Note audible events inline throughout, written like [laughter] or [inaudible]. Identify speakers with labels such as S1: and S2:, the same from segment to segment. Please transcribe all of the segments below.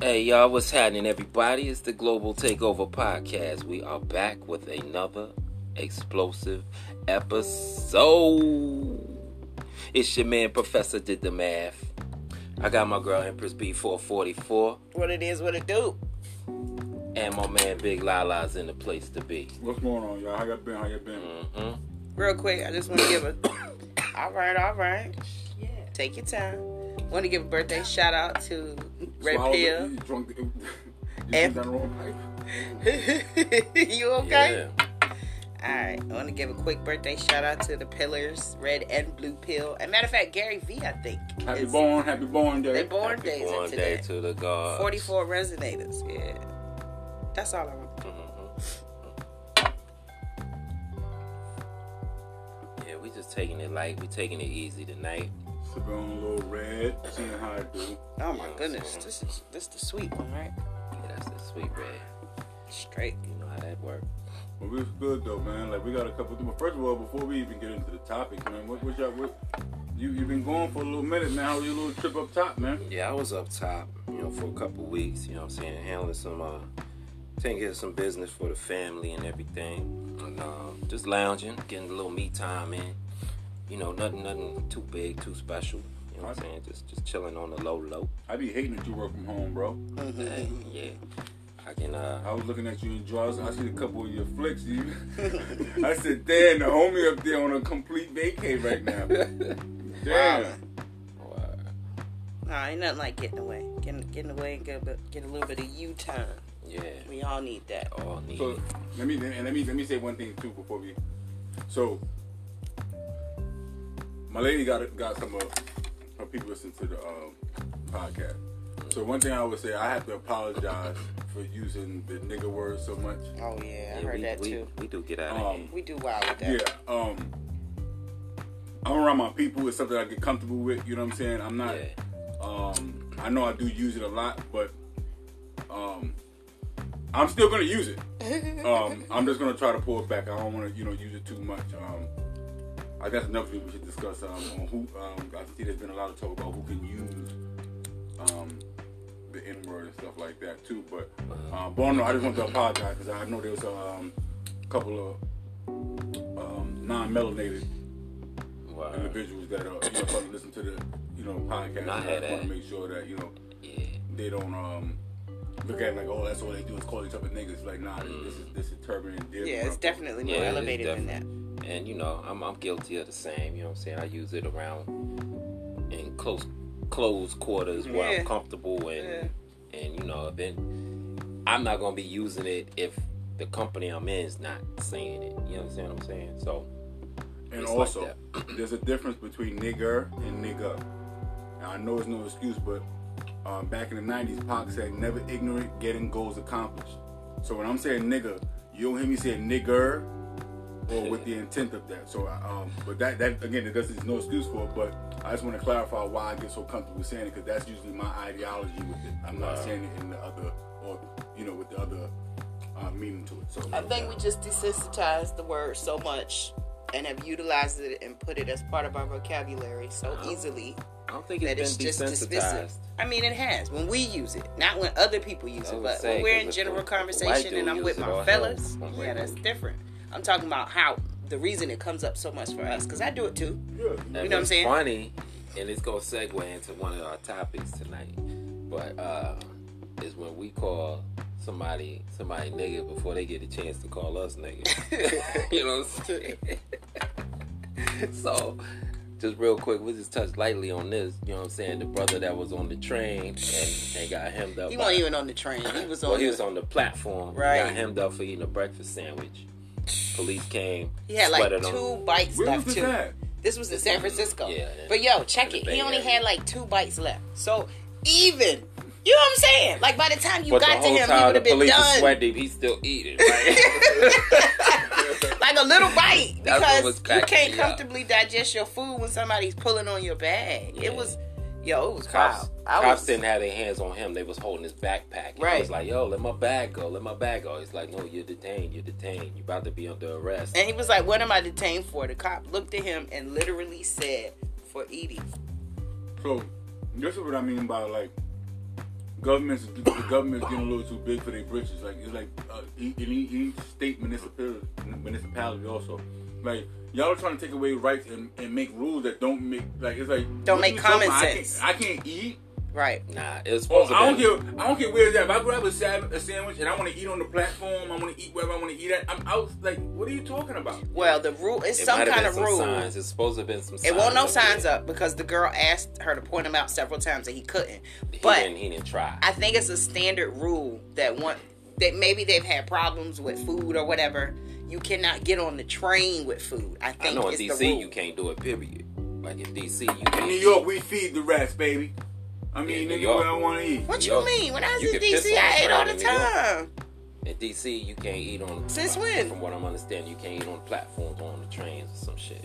S1: Hey y'all, what's happening everybody? It's the Global Takeover Podcast. We are back with another explosive episode. It's your man Professor Did the Math. I got my girl Empress B444
S2: What it is, what it do.
S1: and my man Big Lala's in the place to be.
S3: What's going on, y'all? How you been? How you been?
S2: Mm.
S1: hmm
S2: Real quick, I just want to give a. [coughs] all right, all right. Take your time. Want to give a birthday shout out to Red
S3: So how was it?
S2: Pill.
S3: You drunk? eh, [laughs] You
S2: Em-
S3: drunk that wrong pipe?
S2: [laughs] you okay? All right. I want to give a quick birthday shout out to the Pillars, Red and Blue Pill. And matter of fact, Gary V, I think.
S3: Happy
S2: is-
S3: born, happy born day.
S2: They born
S1: Happy
S2: days are
S1: born day
S2: today.
S1: to the God.
S2: 44 resonators. Yeah. That's all I want.
S1: Yeah, we just taking it light. We taking it easy tonight.
S3: Sipping on a little red, seeing how it do.
S2: Oh my goodness. This is this the sweet one, right?
S1: Yeah, that's the sweet red.
S2: Straight.
S1: You know how that work.
S3: But we was good though, man. Like we got a couple. But first of all, before we even get into the topic, man, what, what y'all? What, you you been going for a little minute, man. How was your little trip up top, man?
S1: Yeah, I was up top, you know, for a couple weeks, you know what I'm saying, handling some uh taking care of some business for the family and everything. And um just lounging, getting a little me time in. You know, nothing nothing too big, too special. You know what I'm saying? Just just chilling on the low low.
S3: I be hating that you work from home, bro.
S2: Mm-hmm.
S1: Hey, yeah. I can uh
S3: I was looking at you in drawers. I see a couple of your flicks. You, [laughs] I said, damn, the homie up there on a complete vacay
S2: [laughs]
S3: right now. Damn.
S2: Oh,
S1: wow.
S2: Nah, ain't nothing like getting away. Getting getting away and get a, bit, get a little bit of U time.
S1: yeah.
S2: We all need that.
S1: All need
S3: So let me and let me let me say one thing too before we. So my lady got got some of her people listen to the um, podcast. So one thing I would say, I have to apologize for using the nigga word so much.
S2: Oh yeah, I
S1: Yeah,
S2: heard
S1: we,
S2: that
S1: we,
S2: too. Oh,
S1: we do get out of
S3: Um,
S1: here.
S2: We do wild with that.
S3: Yeah. Um, I'm around my people. It's something I get comfortable with. You know what I'm saying? I'm not.
S1: Yeah.
S3: Um, I know I do use it a lot, but um, I'm still gonna use it. um, I'm just gonna try to pull it back. I don't want to, you know, use it too much. Um, I guess another thing we should discuss um, on who. Um, I see there's been a lot of talk about who can use um, the N word and stuff like that too. But um, but no, I just want to apologize because I know there was a um, couple of um, non-melanated
S1: Wow.
S3: individuals that are you know, probably listen to the you know podcast.
S1: Nah, I had
S3: and I
S1: that.
S3: want to make sure that you know
S1: Yeah.
S3: they don't um look at it like oh that's all they do is call each other niggas. Like nah, this is this is turban and different.
S2: Yeah, it's definitely more
S1: Yeah, it is
S2: elevated than that.
S1: definitely. And you know, I'm, I'm guilty of the same. You know what I'm saying? I use it around in close close quarters where
S2: Yeah.
S1: I'm comfortable and and you know, then I'm not gonna be using it if the company I'm in is not saying it. You understand what I'm saying? So
S3: And
S1: It's like
S3: also, [clears throat] there's a difference between nigger and nigga. Now, I know it's no excuse, but um, back in the 90s, Pac said, never ignorant, getting goals accomplished. So when I'm saying nigga, you don't hear me say nigger or with the intent of that. So, I, um, but that, that again, it doesn't, there's no excuse for it, but I just want to clarify why I get so comfortable saying it because that's usually my ideology with it. I'm not saying it in the other, or, you know, with the other uh, meaning to it. So,
S2: I think we just desensitized the word so much and have utilized it and put it as part of our vocabulary so easily
S1: I don't think
S2: that
S1: it's
S2: it's
S1: been
S2: just
S1: desensitized.
S2: dismissive. I mean, it has when we use it, not when other people use
S1: I
S2: it,
S1: would
S2: but
S1: say,
S2: when we're
S1: 'cause if
S2: in
S1: a-
S2: general
S1: if a white
S2: conversation
S1: dude
S2: and I'm
S1: use
S2: with
S1: it,
S2: my
S1: all
S2: fellas,
S1: hell, when
S2: yeah,
S1: white
S2: that's
S1: dude-
S2: different. I'm talking about how the reason it comes up so much for us because I do it too.
S1: And
S2: You
S3: Yeah.
S2: know what I'm
S1: it's
S2: saying?
S1: Funny, and it's gonna segue into one of our topics tonight. But uh, is when we call somebody somebody nigga before they get a chance to call us nigga. [laughs]
S2: [laughs]
S1: you know what I'm saying? so, just real quick, we just touched lightly on this. You know what I'm saying? The brother that was on the train and they got hemmed up.
S2: He
S1: by-
S2: wasn't even on the train. He was on.
S1: well, he
S2: the-
S1: was on the platform.
S2: Right.
S1: Got hemmed up for eating a breakfast sandwich. Police came.
S2: He had like
S1: sweated on-
S2: two bites
S3: Where
S2: left
S3: was this
S2: too.
S3: at?
S2: This was in San Francisco.
S1: Yeah, that-
S2: but yo, check
S1: in
S2: it.
S1: the Bay
S2: He only
S1: Area.
S2: had like two bites left. So even you know what I'm saying? Like by the time you
S1: But
S2: got
S1: the
S2: to
S1: whole
S2: him, he
S1: time
S2: would
S1: the
S2: have been
S1: police was
S2: done.
S1: sweating, he's still eating,
S2: [laughs]
S1: right?
S2: Like a little bite
S1: [laughs] That's what was
S2: because you
S1: cracking
S2: can't
S1: me up.
S2: comfortably digest your food when somebody's pulling on your bag.
S1: Yeah.
S2: It was yo, it was
S1: cops,
S2: wild. I
S1: cops
S2: was,
S1: didn't have their hands on him. They was holding his backpack. Right. He
S2: Right.
S1: was like, yo, let my bag go. Let my bag go. He's like, no, you're detained. You're detained. You're about to be under arrest.
S2: and he was like, What am I detained for? The cop looked at him and literally said, For eating.
S3: So this is what I mean by like governments the government's getting a little too big for their britches. Like it's like uh, e- in each, each state municipality municipality also. Like y'all are trying to take away rights and, and make rules that don't make like it's like
S2: Don't
S3: what
S2: make
S3: you
S2: common
S3: talking about? I
S2: sense.
S3: can't- I can't eat.
S2: Right.
S1: Nah, it's
S3: Oh,
S1: supposed
S3: I don't
S1: to be.
S3: care. I don't care where it's at. If I grab a, sab- a sandwich and I want to eat on the platform, I want to eat wherever I want to eat at. I'm out. Like, what are you talking about?
S2: Well, the rule is
S1: It
S2: some
S1: might have
S2: kind
S1: been
S2: of
S1: some
S2: rule.
S1: Signs. It's supposed to have been some.
S2: It won't no signs
S1: there.
S2: up because the girl asked her to point them out several times and he couldn't.
S1: He
S2: But
S1: didn't, he didn't try.
S2: I think it's a standard rule that one that maybe they've had problems with food or whatever. You cannot get on the train with food. I
S1: I
S2: think
S1: know in
S2: it's the
S1: DC
S2: rule.
S1: you can't do it. Period. Like in DC you
S3: In
S1: can't.
S3: New York, we feed the rats, baby. I mean,
S1: New
S3: anywhere
S1: York.
S3: I want to eat.
S2: What
S1: Yo,
S2: you mean? When I was
S1: you can
S2: in
S1: piss
S2: DC,
S1: on
S2: I
S1: the
S2: ate all
S1: train
S2: the
S1: in New York.
S2: time.
S1: In DC, you can't eat on.
S2: Since when?
S1: From what I'm understanding, you can't eat on platforms or on the trains or some shit.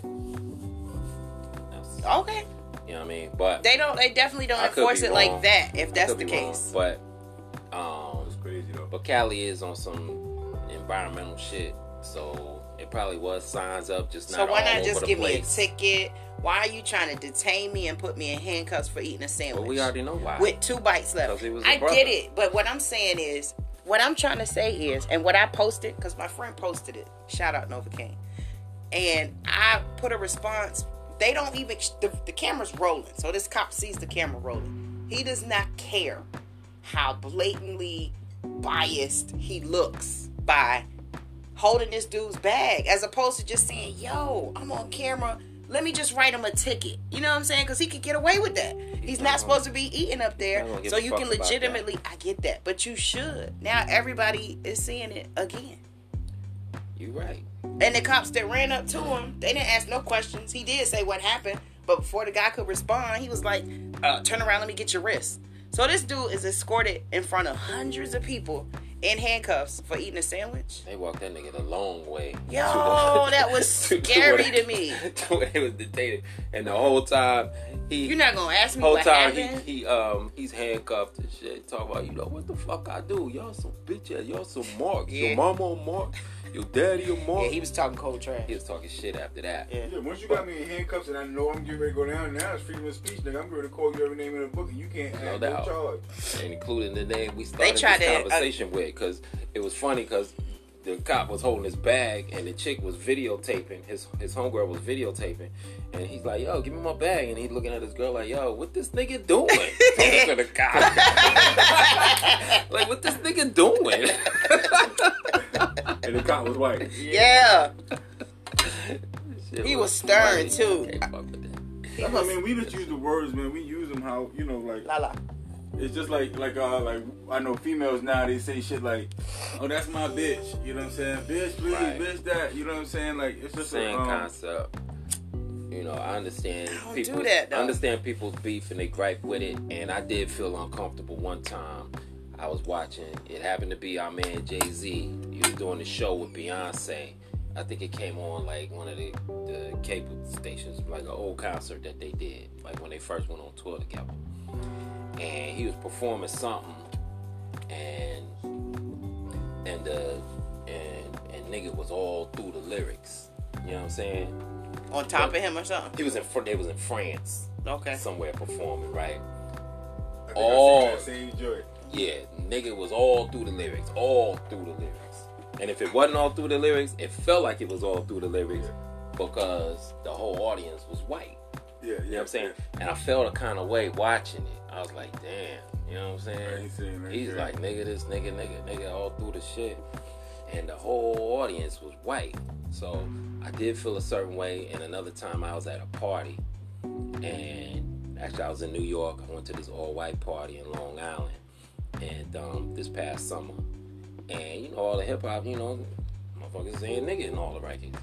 S1: That's-
S2: Okay,
S1: You know what I mean? But
S2: they don't. They definitely don't
S1: I could
S2: enforce
S1: be
S2: it like
S1: wrong.
S2: that. If
S1: I
S2: that's
S1: could
S2: the
S1: be wrong,
S2: case,
S1: but um,
S3: It's crazy though.
S1: but Cali is on some environmental shit, so it probably was signs up, just not.
S2: so why
S1: all
S2: not
S1: over
S2: just
S1: the
S2: give
S1: place.
S2: me a ticket? Why are you trying to detain me and put me in handcuffs for eating a sandwich?
S1: But we already know why.
S2: with two bites left.
S1: 'Cause he was a
S2: I
S1: brother.
S2: get it, but what I'm saying is, what I'm trying to say is, and what I posted, because my friend posted it. Shout out Nova King, and I put a response. They don't even the, the camera's rolling, so this cop sees the camera rolling. He does not care how blatantly biased he looks by holding this dude's bag as opposed to just saying, yo, I'm on camera. Let me just write him a ticket. You know what I'm saying? Because he could get away with that. He's
S1: not
S2: not supposed to be eating up there.
S1: not gonna give
S2: So
S1: a
S2: you
S1: fuck
S2: can
S1: about that.
S2: legitimately, I get that, but you should. Now everybody is seeing it again.
S1: You right?
S2: And the cops that ran up to him, they didn't ask no questions. He did say what happened, but before the guy could respond, he was like, uh, "Turn around, let me get your wrist." So this dude is escorted in front of hundreds of people in handcuffs for eating a sandwich.
S1: They walked that nigga the long way.
S2: Yo,
S1: To-
S2: that was scary to me.
S1: [laughs] to where it was detained, and the whole time he
S2: You're not gonna ask me
S1: whole
S2: what
S1: time he,
S2: happened.
S1: he um he's handcuffed and shit. Talk about you know what the fuck I do? Y'all some bitch ass. Y'all some marks.
S2: Yeah.
S1: Your mama a mark. Your daddy a mark.
S2: yeah,
S1: he,
S2: he
S1: was-
S2: was talking cold trash.
S1: talking shit after that.
S2: Yeah.
S3: Yeah, once you got me in handcuffs and I know I'm getting ready to go down, now it's freedom of speech, nigga. I'm ready to call you every name in the book and you can't
S1: No
S3: add no
S1: doubt.
S3: charge.
S1: And including the name we started
S2: tried
S1: this
S2: to, uh,
S1: conversation with because it was funny because the cop was holding his bag and the chick was videotaping his his homegirl was videotaping and he's like yo give me my bag and he's looking at his girl like yo what this nigga doing
S2: [laughs]
S1: to the cop [laughs] like what this nigga doing [laughs]
S3: And the cop was white.
S2: Yeah,
S1: Shit
S2: He was
S1: funny.
S2: stern, too.
S1: Can't fuck with that.
S2: he
S3: That's what I
S2: was
S3: mean, we just use the words, man. We use them how, you know, like,
S2: la la.
S3: it's just like, like, uh, like, I know females now, they say shit like, oh, that's my bitch. You know what I'm saying? Bitch, please,
S1: Right.
S3: bitch, that. You know what I'm saying? Like, it's just
S1: same
S3: a, um,
S1: concept. You know, I understand
S2: don't do
S1: people
S2: that, though.
S1: understand people's beef and they gripe with it. And I did feel uncomfortable one time. I was watching. It happened to be our man Jay Z. He was doing a show with Beyonce. I think it came on like one of the, the cable stations, like an old concert that they did, like when they first went on tour together. And he was performing something, and and the and and nigga was all through the lyrics. You know what I'm saying?
S2: On top of him or something.
S1: He was in Fr- they was in France
S2: Okay.
S1: somewhere performing, right?
S3: I think
S1: Oh.
S3: I said that same joy.
S1: Yeah, nigga was all through the lyrics, all through the lyrics. And if it wasn't all through the lyrics, it felt like it was all through the lyrics because the whole audience was white.
S3: Yeah, yeah.
S1: You know what I'm saying? And I felt a kind of way watching it. I was like, damn. You know what I'm saying?
S3: Right, he's saying right
S1: He's
S3: there.
S1: like, nigga, this nigga, nigga, nigga, all through the shit. And the whole audience was white. So I did feel a certain way. And another time I was at a party. And actually, I was in New York. I went to this all white party in Long Island. And um, this past summer. And, you know, all the hip hop, you know, motherfuckers saying nigga in all the records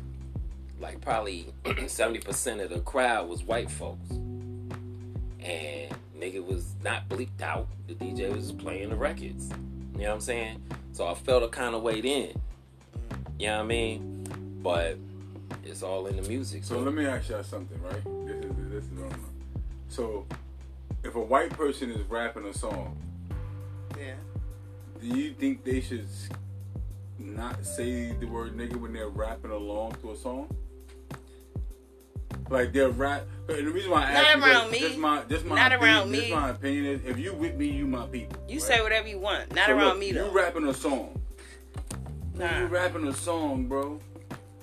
S1: like probably [clears throat] 70% of the crowd was white folks. And nigga was not bleeped out. The DJ was just playing the records. You know what I'm saying? So I felt a kind of way then. You know what I mean? But it's all in the music.
S3: So let me ask y'all something, right? This is this is on. So, if a white person is rapping a song,
S2: Yeah.
S3: do you think they should s- not say the word nigga when they're rapping along to a song? Like they're right. And the reason why
S2: Not
S3: I ask you this-
S2: around me.
S3: This my this my
S2: Not
S3: opinion,
S2: around
S3: This
S2: me.
S3: my opinion is if you with me, you my people.
S2: You
S3: right?
S2: say whatever you want. Not
S3: So
S2: around
S3: look,
S2: me
S3: You
S2: though.
S3: rapping a song.
S2: nah.
S3: You rapping a song, bro.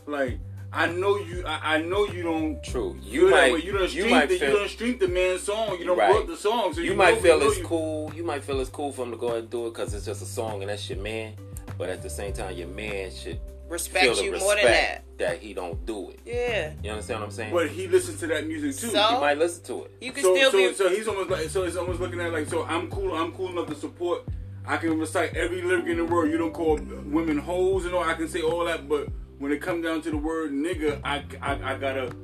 S3: Like I know you. I, I know you don't.
S1: True.
S3: You,
S1: You
S3: you might.
S1: might.
S3: you don't
S1: You
S3: stream
S1: might
S3: the, you
S1: feel.
S3: don't stream the man's song. You don't
S1: Right.
S3: wrote the song. So you,
S1: You, might
S3: know-
S1: feel
S3: know
S1: it's
S3: you-
S1: cool. You might feel it's cool for him to go ahead and do it because it's just a song and that's your man. But at the same time, your man should feel
S2: Respect
S1: the
S2: you
S1: respect
S2: more than that.
S1: that he don't do it.
S2: Yeah.
S1: You understand what I'm saying?
S3: But he listens to that music too.
S1: he
S2: So?
S1: might listen to it.
S2: You can
S3: so,
S2: still
S3: so,
S2: be
S3: so he's almost like so it's almost looking at it like so I'm cool I'm cool enough to support I can recite every lyric in the world you don't call women hoes and all I can say all that but when it comes down to the word nigga I I, I gotta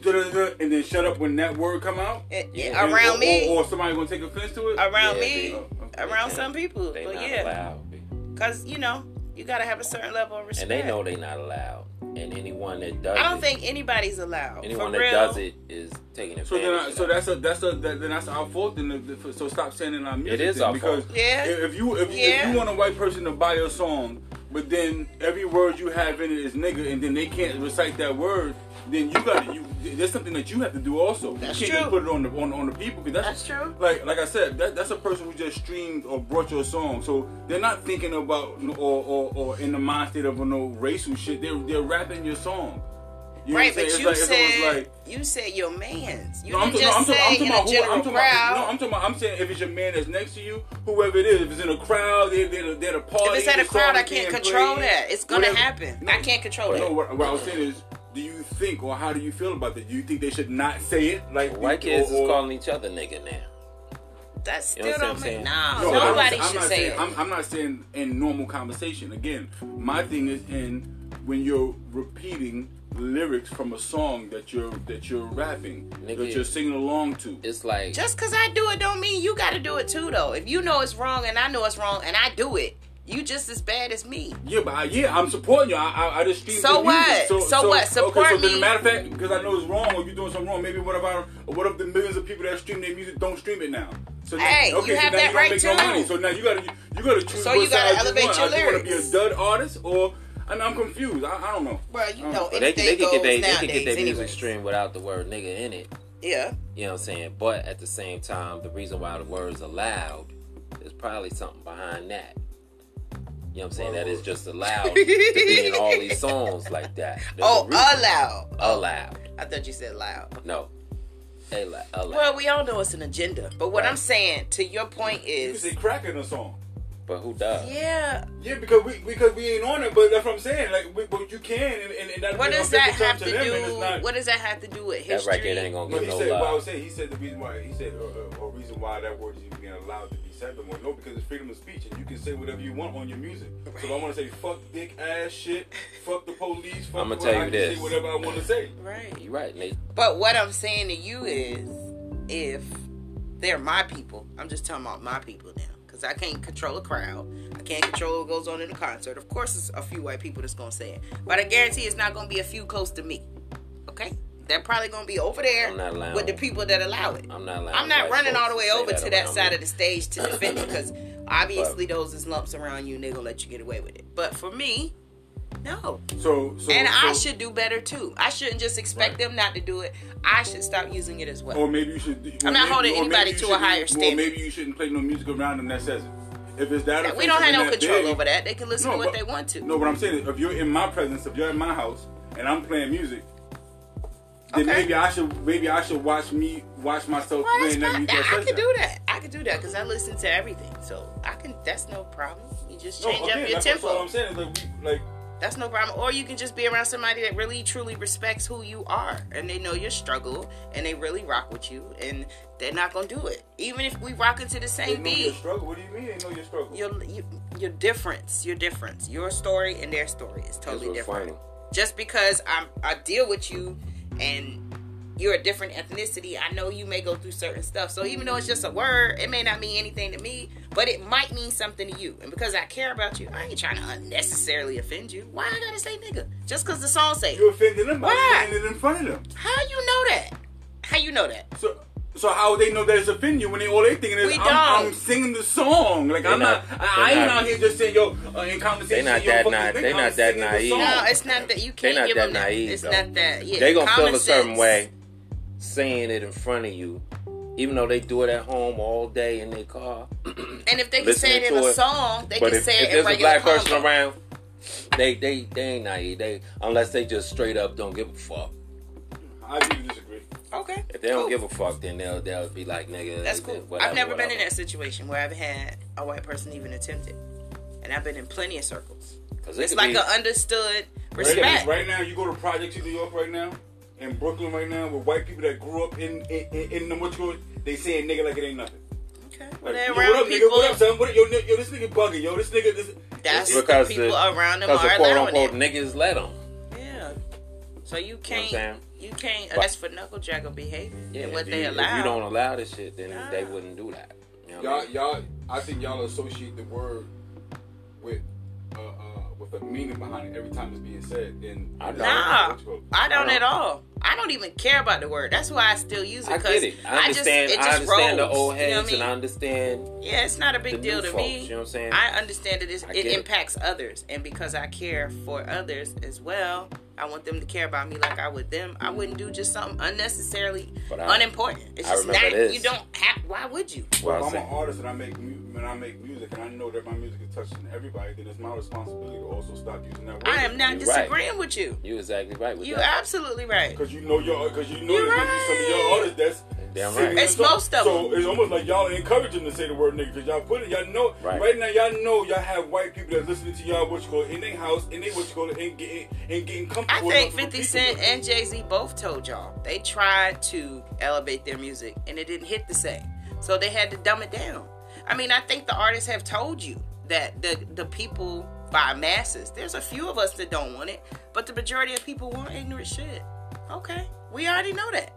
S3: da-da-da-da, and then shut up when that word come out
S2: eh, eh,
S1: Yeah.
S3: And-
S2: around
S3: or,
S2: me.
S3: or, or somebody gonna take offense to it
S2: around
S1: Yeah,
S2: me.
S1: they-
S2: around
S1: they-
S2: some people.
S1: They
S2: But
S1: not
S2: yeah.
S1: allowed. B.
S2: Cause you know, you gotta have a certain level of respect.
S1: And they know they not allowed. And anyone that does
S2: I don't
S1: it,
S2: think anybody's allowed.
S1: anyone
S2: For
S1: that
S2: real.
S1: does it is taking
S3: So
S1: advantage.
S3: then, I,
S1: of
S3: so
S1: that.
S3: that's a that's a that, then that's our fault. Then the- the- so stop sending our music.
S1: is
S3: then,
S1: our
S3: because
S1: fault.
S2: Yeah.
S3: If if you if, you if
S2: Yeah.
S3: you want a white person to buy your song, but then every word you have in it is nigga, and then they can't recite that word, then you got you. There's something that you have to do also.
S2: That's
S3: you can't just
S2: true.
S3: put it on the on, on the people because that's,
S2: That's true.
S3: Like like I said, that, that's a person who just streamed or brought your song, so they're not thinking about or or, or in the mind state of no racial shit. They're they're rapping your song. You know
S2: right,
S3: what I'm
S2: but you
S3: saying? It's like- it's
S2: said
S3: almost like-
S2: you said your man's. You
S3: no, I'm
S2: didn't
S3: talking.
S2: just
S3: I'm talking. I'm
S2: say
S3: talking
S2: in
S3: about
S2: a
S3: who. I'm
S2: general
S3: talking about. No, I'm
S2: crowd.
S3: talking about. I'm saying if it's your man that's next to you, whoever it is, if it's in a crowd, they they're, they're the party.
S2: If it's at a
S3: the song
S2: crowd, I can't
S3: being
S2: control
S3: played,
S2: that. It's gonna
S3: whatever.
S2: happen.
S3: No,
S2: I can't control
S3: No,
S2: that.
S3: what, what I was saying is, do you think or how do you feel about that? Do you think they should not say it? Like do
S1: White
S3: you- or-
S1: kids is
S3: or-
S1: calling each other nigga now.
S2: That
S1: You
S2: still
S1: know what I'm
S2: don't
S1: saying?
S2: make no.
S3: No, I'm-
S2: nobody
S3: I'm
S2: should
S3: not
S2: say
S3: saying-
S2: it.
S3: I'm, I'm not saying in normal conversation. Again, my thing is in when you're repeating lyrics from a song that you're that you're rapping, that
S1: Nigga.
S3: you're singing along to.
S1: It's like
S2: Just because I do it don't mean you got to do it too, though. If you know it's wrong and I know it's wrong and I do it, you just as bad as me.
S3: Yeah, but I, yeah, I'm supporting you. I, I, I just stream.
S2: So
S3: the music.
S2: what? So what? Support
S3: okay, so Then,
S2: me.
S3: matter of fact, because I know it's wrong, or you're doing something wrong. Maybe what about or what if the millions of people that stream their music don't stream it now? So now-
S2: Hey, you have
S3: so now
S2: that
S3: you don't
S2: right
S3: make
S2: too.
S3: No money. So now you gotta you, you gotta choose.
S2: So
S3: what
S2: you gotta
S3: side
S2: elevate
S3: want.
S2: your
S3: I just wanna be
S2: lyrics.
S3: a dud artist, or I mean, I'm confused. I, I don't know.
S2: Bro, you
S3: Oh.
S2: know
S1: But
S2: anything
S1: they, they could
S2: goes
S1: get they, they
S2: nowadays.
S1: could get their music
S2: anyways.
S1: streamed without the word nigga in it.
S2: Yeah.
S1: You know what I'm saying? But at the same time, the reason why the word's allowed is probably something behind that. You know what I'm saying? That is just allowed to be in all these songs like that. There's a
S2: [laughs] Oh,
S1: reason.
S2: allowed.
S1: allowed.
S2: I thought you said loud.
S1: No, They li- allowed.
S2: Well, we all know it's an agenda. But what
S1: Right.
S2: I'm saying, to your point,
S3: You can
S2: is
S3: say crack in a song.
S1: but who does?
S2: yeah.
S3: Yeah, because we because we ain't on it. But that's what I'm saying. Like, we, but you can, and, and, and that's
S2: What
S3: I'm
S2: does that
S3: picking up
S2: have to
S3: them, and it's
S2: do?
S3: not-
S2: What does that have to do with
S1: That
S2: history?
S1: record ain't gonna
S3: No,
S1: get
S3: he
S1: no
S3: said. Well, I would
S1: love.
S3: say he said the reason why he said uh, a, a, a reason why that word is even being allowed to be said no more. No, because it's freedom of speech and you can say whatever you want on your music. So if I want to say fuck dick ass shit, fuck the police, fuck
S1: I'ma
S3: the-
S1: tell
S3: I
S1: you
S3: can say
S1: this.
S3: whatever I want to say.
S2: Right.
S1: You right, Nate?
S2: But what I'm saying to you is, if they're my people, I'm just talking about my people now, because I can't control a crowd. I can't control what goes on in the concert. Of course, it's a few white people that's gonna say it, but I guarantee it's not gonna be a few close to me. Okay. They're probably gonna be over there
S1: I'm not allowing-
S2: with the people that allow it.
S1: I'm not. allowing
S2: I'm not
S1: white
S2: running
S1: folks
S2: all the way
S1: say
S2: over to that
S1: around
S2: side
S1: me.
S2: of the stage to defend you because obviously those is lumps around you and they gonna let you get away with it. But for me, no.
S3: So, so
S2: and I
S3: so-
S2: should do better too. I shouldn't just expect
S3: Right.
S2: them not to do it. I should stop using it as well.
S3: Or maybe you should.
S2: I'm not holding anybody to a higher
S3: Or
S2: standard.
S3: maybe you shouldn't play no music around them that says it. If it's that,
S2: we don't
S3: offensive
S2: have no
S3: and that
S2: control
S3: big,
S2: over that. They can listen
S3: No,
S2: to what
S3: but-
S2: they want to.
S3: No, what I'm saying is, if you're in my presence, if you're in my house, and I'm playing music, then
S2: Okay.
S3: maybe I should maybe I should watch me watch myself
S2: Well, that's
S3: playing that
S2: fine.
S3: music.
S2: I, I
S3: session.
S2: can do that. I can do that because I listen to everything. So I can. That's no problem. You just change
S3: again,
S2: up your
S3: that's What
S2: tempo.
S3: I'm saying is like, we, like
S2: That's no problem. Or you can just be around somebody that really truly respects who you are and they know your struggle and they really rock with you and they're not gonna do it. Even if we rock into the
S3: they
S2: same
S3: know your
S2: beat.
S3: struggle. What do you mean they know your struggle?
S2: Your, your your difference, your difference, your story and their story is
S1: That's
S2: totally
S1: what's
S2: different.
S1: funny.
S2: Just because I'm I deal with you and you're a different ethnicity, I know you may go through certain stuff. So even though it's just a word, it may not mean anything to me, but it might mean something to you. And because I care about you, I ain't trying to unnecessarily offend you. Why I gotta say nigga? Just cause the song say it.
S3: You offended them by
S2: Why?
S3: saying it in front of them.
S2: How you know that? How you know that?
S3: So, So how would they know that it's offending you when they all they thinking is
S2: We
S3: I'm,
S2: don't.
S3: I'm singing the song? Like
S1: They
S3: I'm not,
S1: not-
S3: I, I
S1: they
S3: ain't
S1: not-
S3: out here just saying yo uh, in conversation.
S1: They not
S3: yo,
S1: that
S3: fuck
S1: na-
S3: this nigga,
S1: they
S3: I'm
S1: not that
S3: singing the
S1: naive.
S3: song.
S2: No, it's not that you
S1: They
S2: can't
S1: not
S2: give
S1: that
S2: them that.
S1: naive,
S2: it's
S1: though.
S2: not that. Yeah,
S1: they gonna feel
S2: common
S1: a certain
S2: sense.
S1: way saying it in front of you, even though they do it at home all day in their car.
S2: And if they can
S1: Listening
S2: say it in
S1: to
S2: a
S1: it.
S2: song, they
S1: but
S2: can
S1: if,
S2: say
S1: if
S2: it in
S1: there's a
S2: regular
S1: black person
S2: convo.
S1: around, they they they ain't naive. They unless they just straight up don't give a fuck.
S3: I agree to disagree.
S2: Okay.
S1: If they don't
S2: cool.
S1: give a fuck, then they'll they'll be like nigga.
S2: That's cool.
S1: whatever,
S2: I've never
S1: whatever.
S2: been in that situation where I've had a white person even attempt it. And I've been in plenty of circles.
S1: [laughs] 'Cause it
S2: It's
S1: could
S2: like
S1: be-
S2: an understood
S3: Right,
S2: respect.
S3: now- right now, you go to projects in New York right now, in Brooklyn right now, with white people that grew up in in, in, in the what you call it, they saying nigga like it ain't nothing.
S2: Okay.
S3: Like,
S2: Well, they're
S3: yo,
S2: around
S3: what up,
S2: people.
S3: nigga? What up, son? What, yo, ni- yo, this nigga bugging. Yo, this nigga, this.
S2: That's
S1: It's
S2: the
S1: because
S2: people
S1: the-
S2: around them
S1: Because the
S2: are
S1: quote
S2: allowing
S1: unquote
S2: it.
S1: niggas let them.
S2: Yeah. So you
S1: I'm
S2: can't.
S1: saying?
S2: You can't.
S1: But-
S2: That's for knuckle dragger behavior and what
S1: if
S2: they
S1: you,
S2: allow.
S1: If you don't allow this shit, then
S2: Nah.
S1: they wouldn't do that. You know what I
S3: Y'all,
S1: mean?
S3: y'all, I think y'all associate the word with uh, uh, with a meaning behind it every time it's being said. And
S1: I don't.
S2: Nah, I
S1: I
S2: don't
S1: don't.
S2: at all. I don't even care about the word. That's why I still use it.
S1: I
S2: 'cause
S1: get it. I understand. I,
S2: just, it just
S1: understand
S2: rolls,
S1: the old
S2: you know
S1: heads,
S2: what I mean?
S1: and I understand
S2: Yeah, it's not a big
S1: the
S2: deal
S1: new
S2: to
S1: folks.
S2: me.
S1: You know what I'm saying?
S2: I understand that it's,
S1: I
S2: it
S1: get it.
S2: impacts others, and because I care for others as well, I want them to care about me like I would them. I wouldn't do just something unnecessarily
S1: But I-
S2: unimportant. It's
S1: I
S2: just not.
S1: remember this.
S2: You don't have. Why would you?
S1: what
S3: If
S1: I'm
S3: I'm an
S1: saying.
S3: artist and I make mu- when I make music and I know that my music is touching everybody, then it's my responsibility to also stop using that word.
S2: I am not
S1: You're right.
S2: disagreeing with you.
S1: You exactly right with
S2: You
S1: that.
S2: absolutely right.
S3: Because you know your, because you know
S2: You're
S3: there's gonna be some of your
S2: right.
S3: artists that's.
S1: Damn
S3: singing
S1: right.
S3: the
S2: It's
S3: song.
S2: most of
S3: So it's almost like y'all encourage them to say the word nigga because y'all put it. Y'all know right.
S1: Right.
S3: now. Y'all know y'all have white people that's listening to y'all what you call it, in their house in they what you call it and getting and getting
S2: I
S3: comfortable.
S2: think
S3: enough to
S2: 50
S3: repeat the
S2: Cent
S3: word.
S2: and Jay Z both told y'all they tried to elevate their music and it didn't hit the same. So they had to dumb it down. I mean, I think the artists have told you that the, the people by masses, there's a few of us that don't want it, but the majority of people want ignorant shit. Okay, we already know that.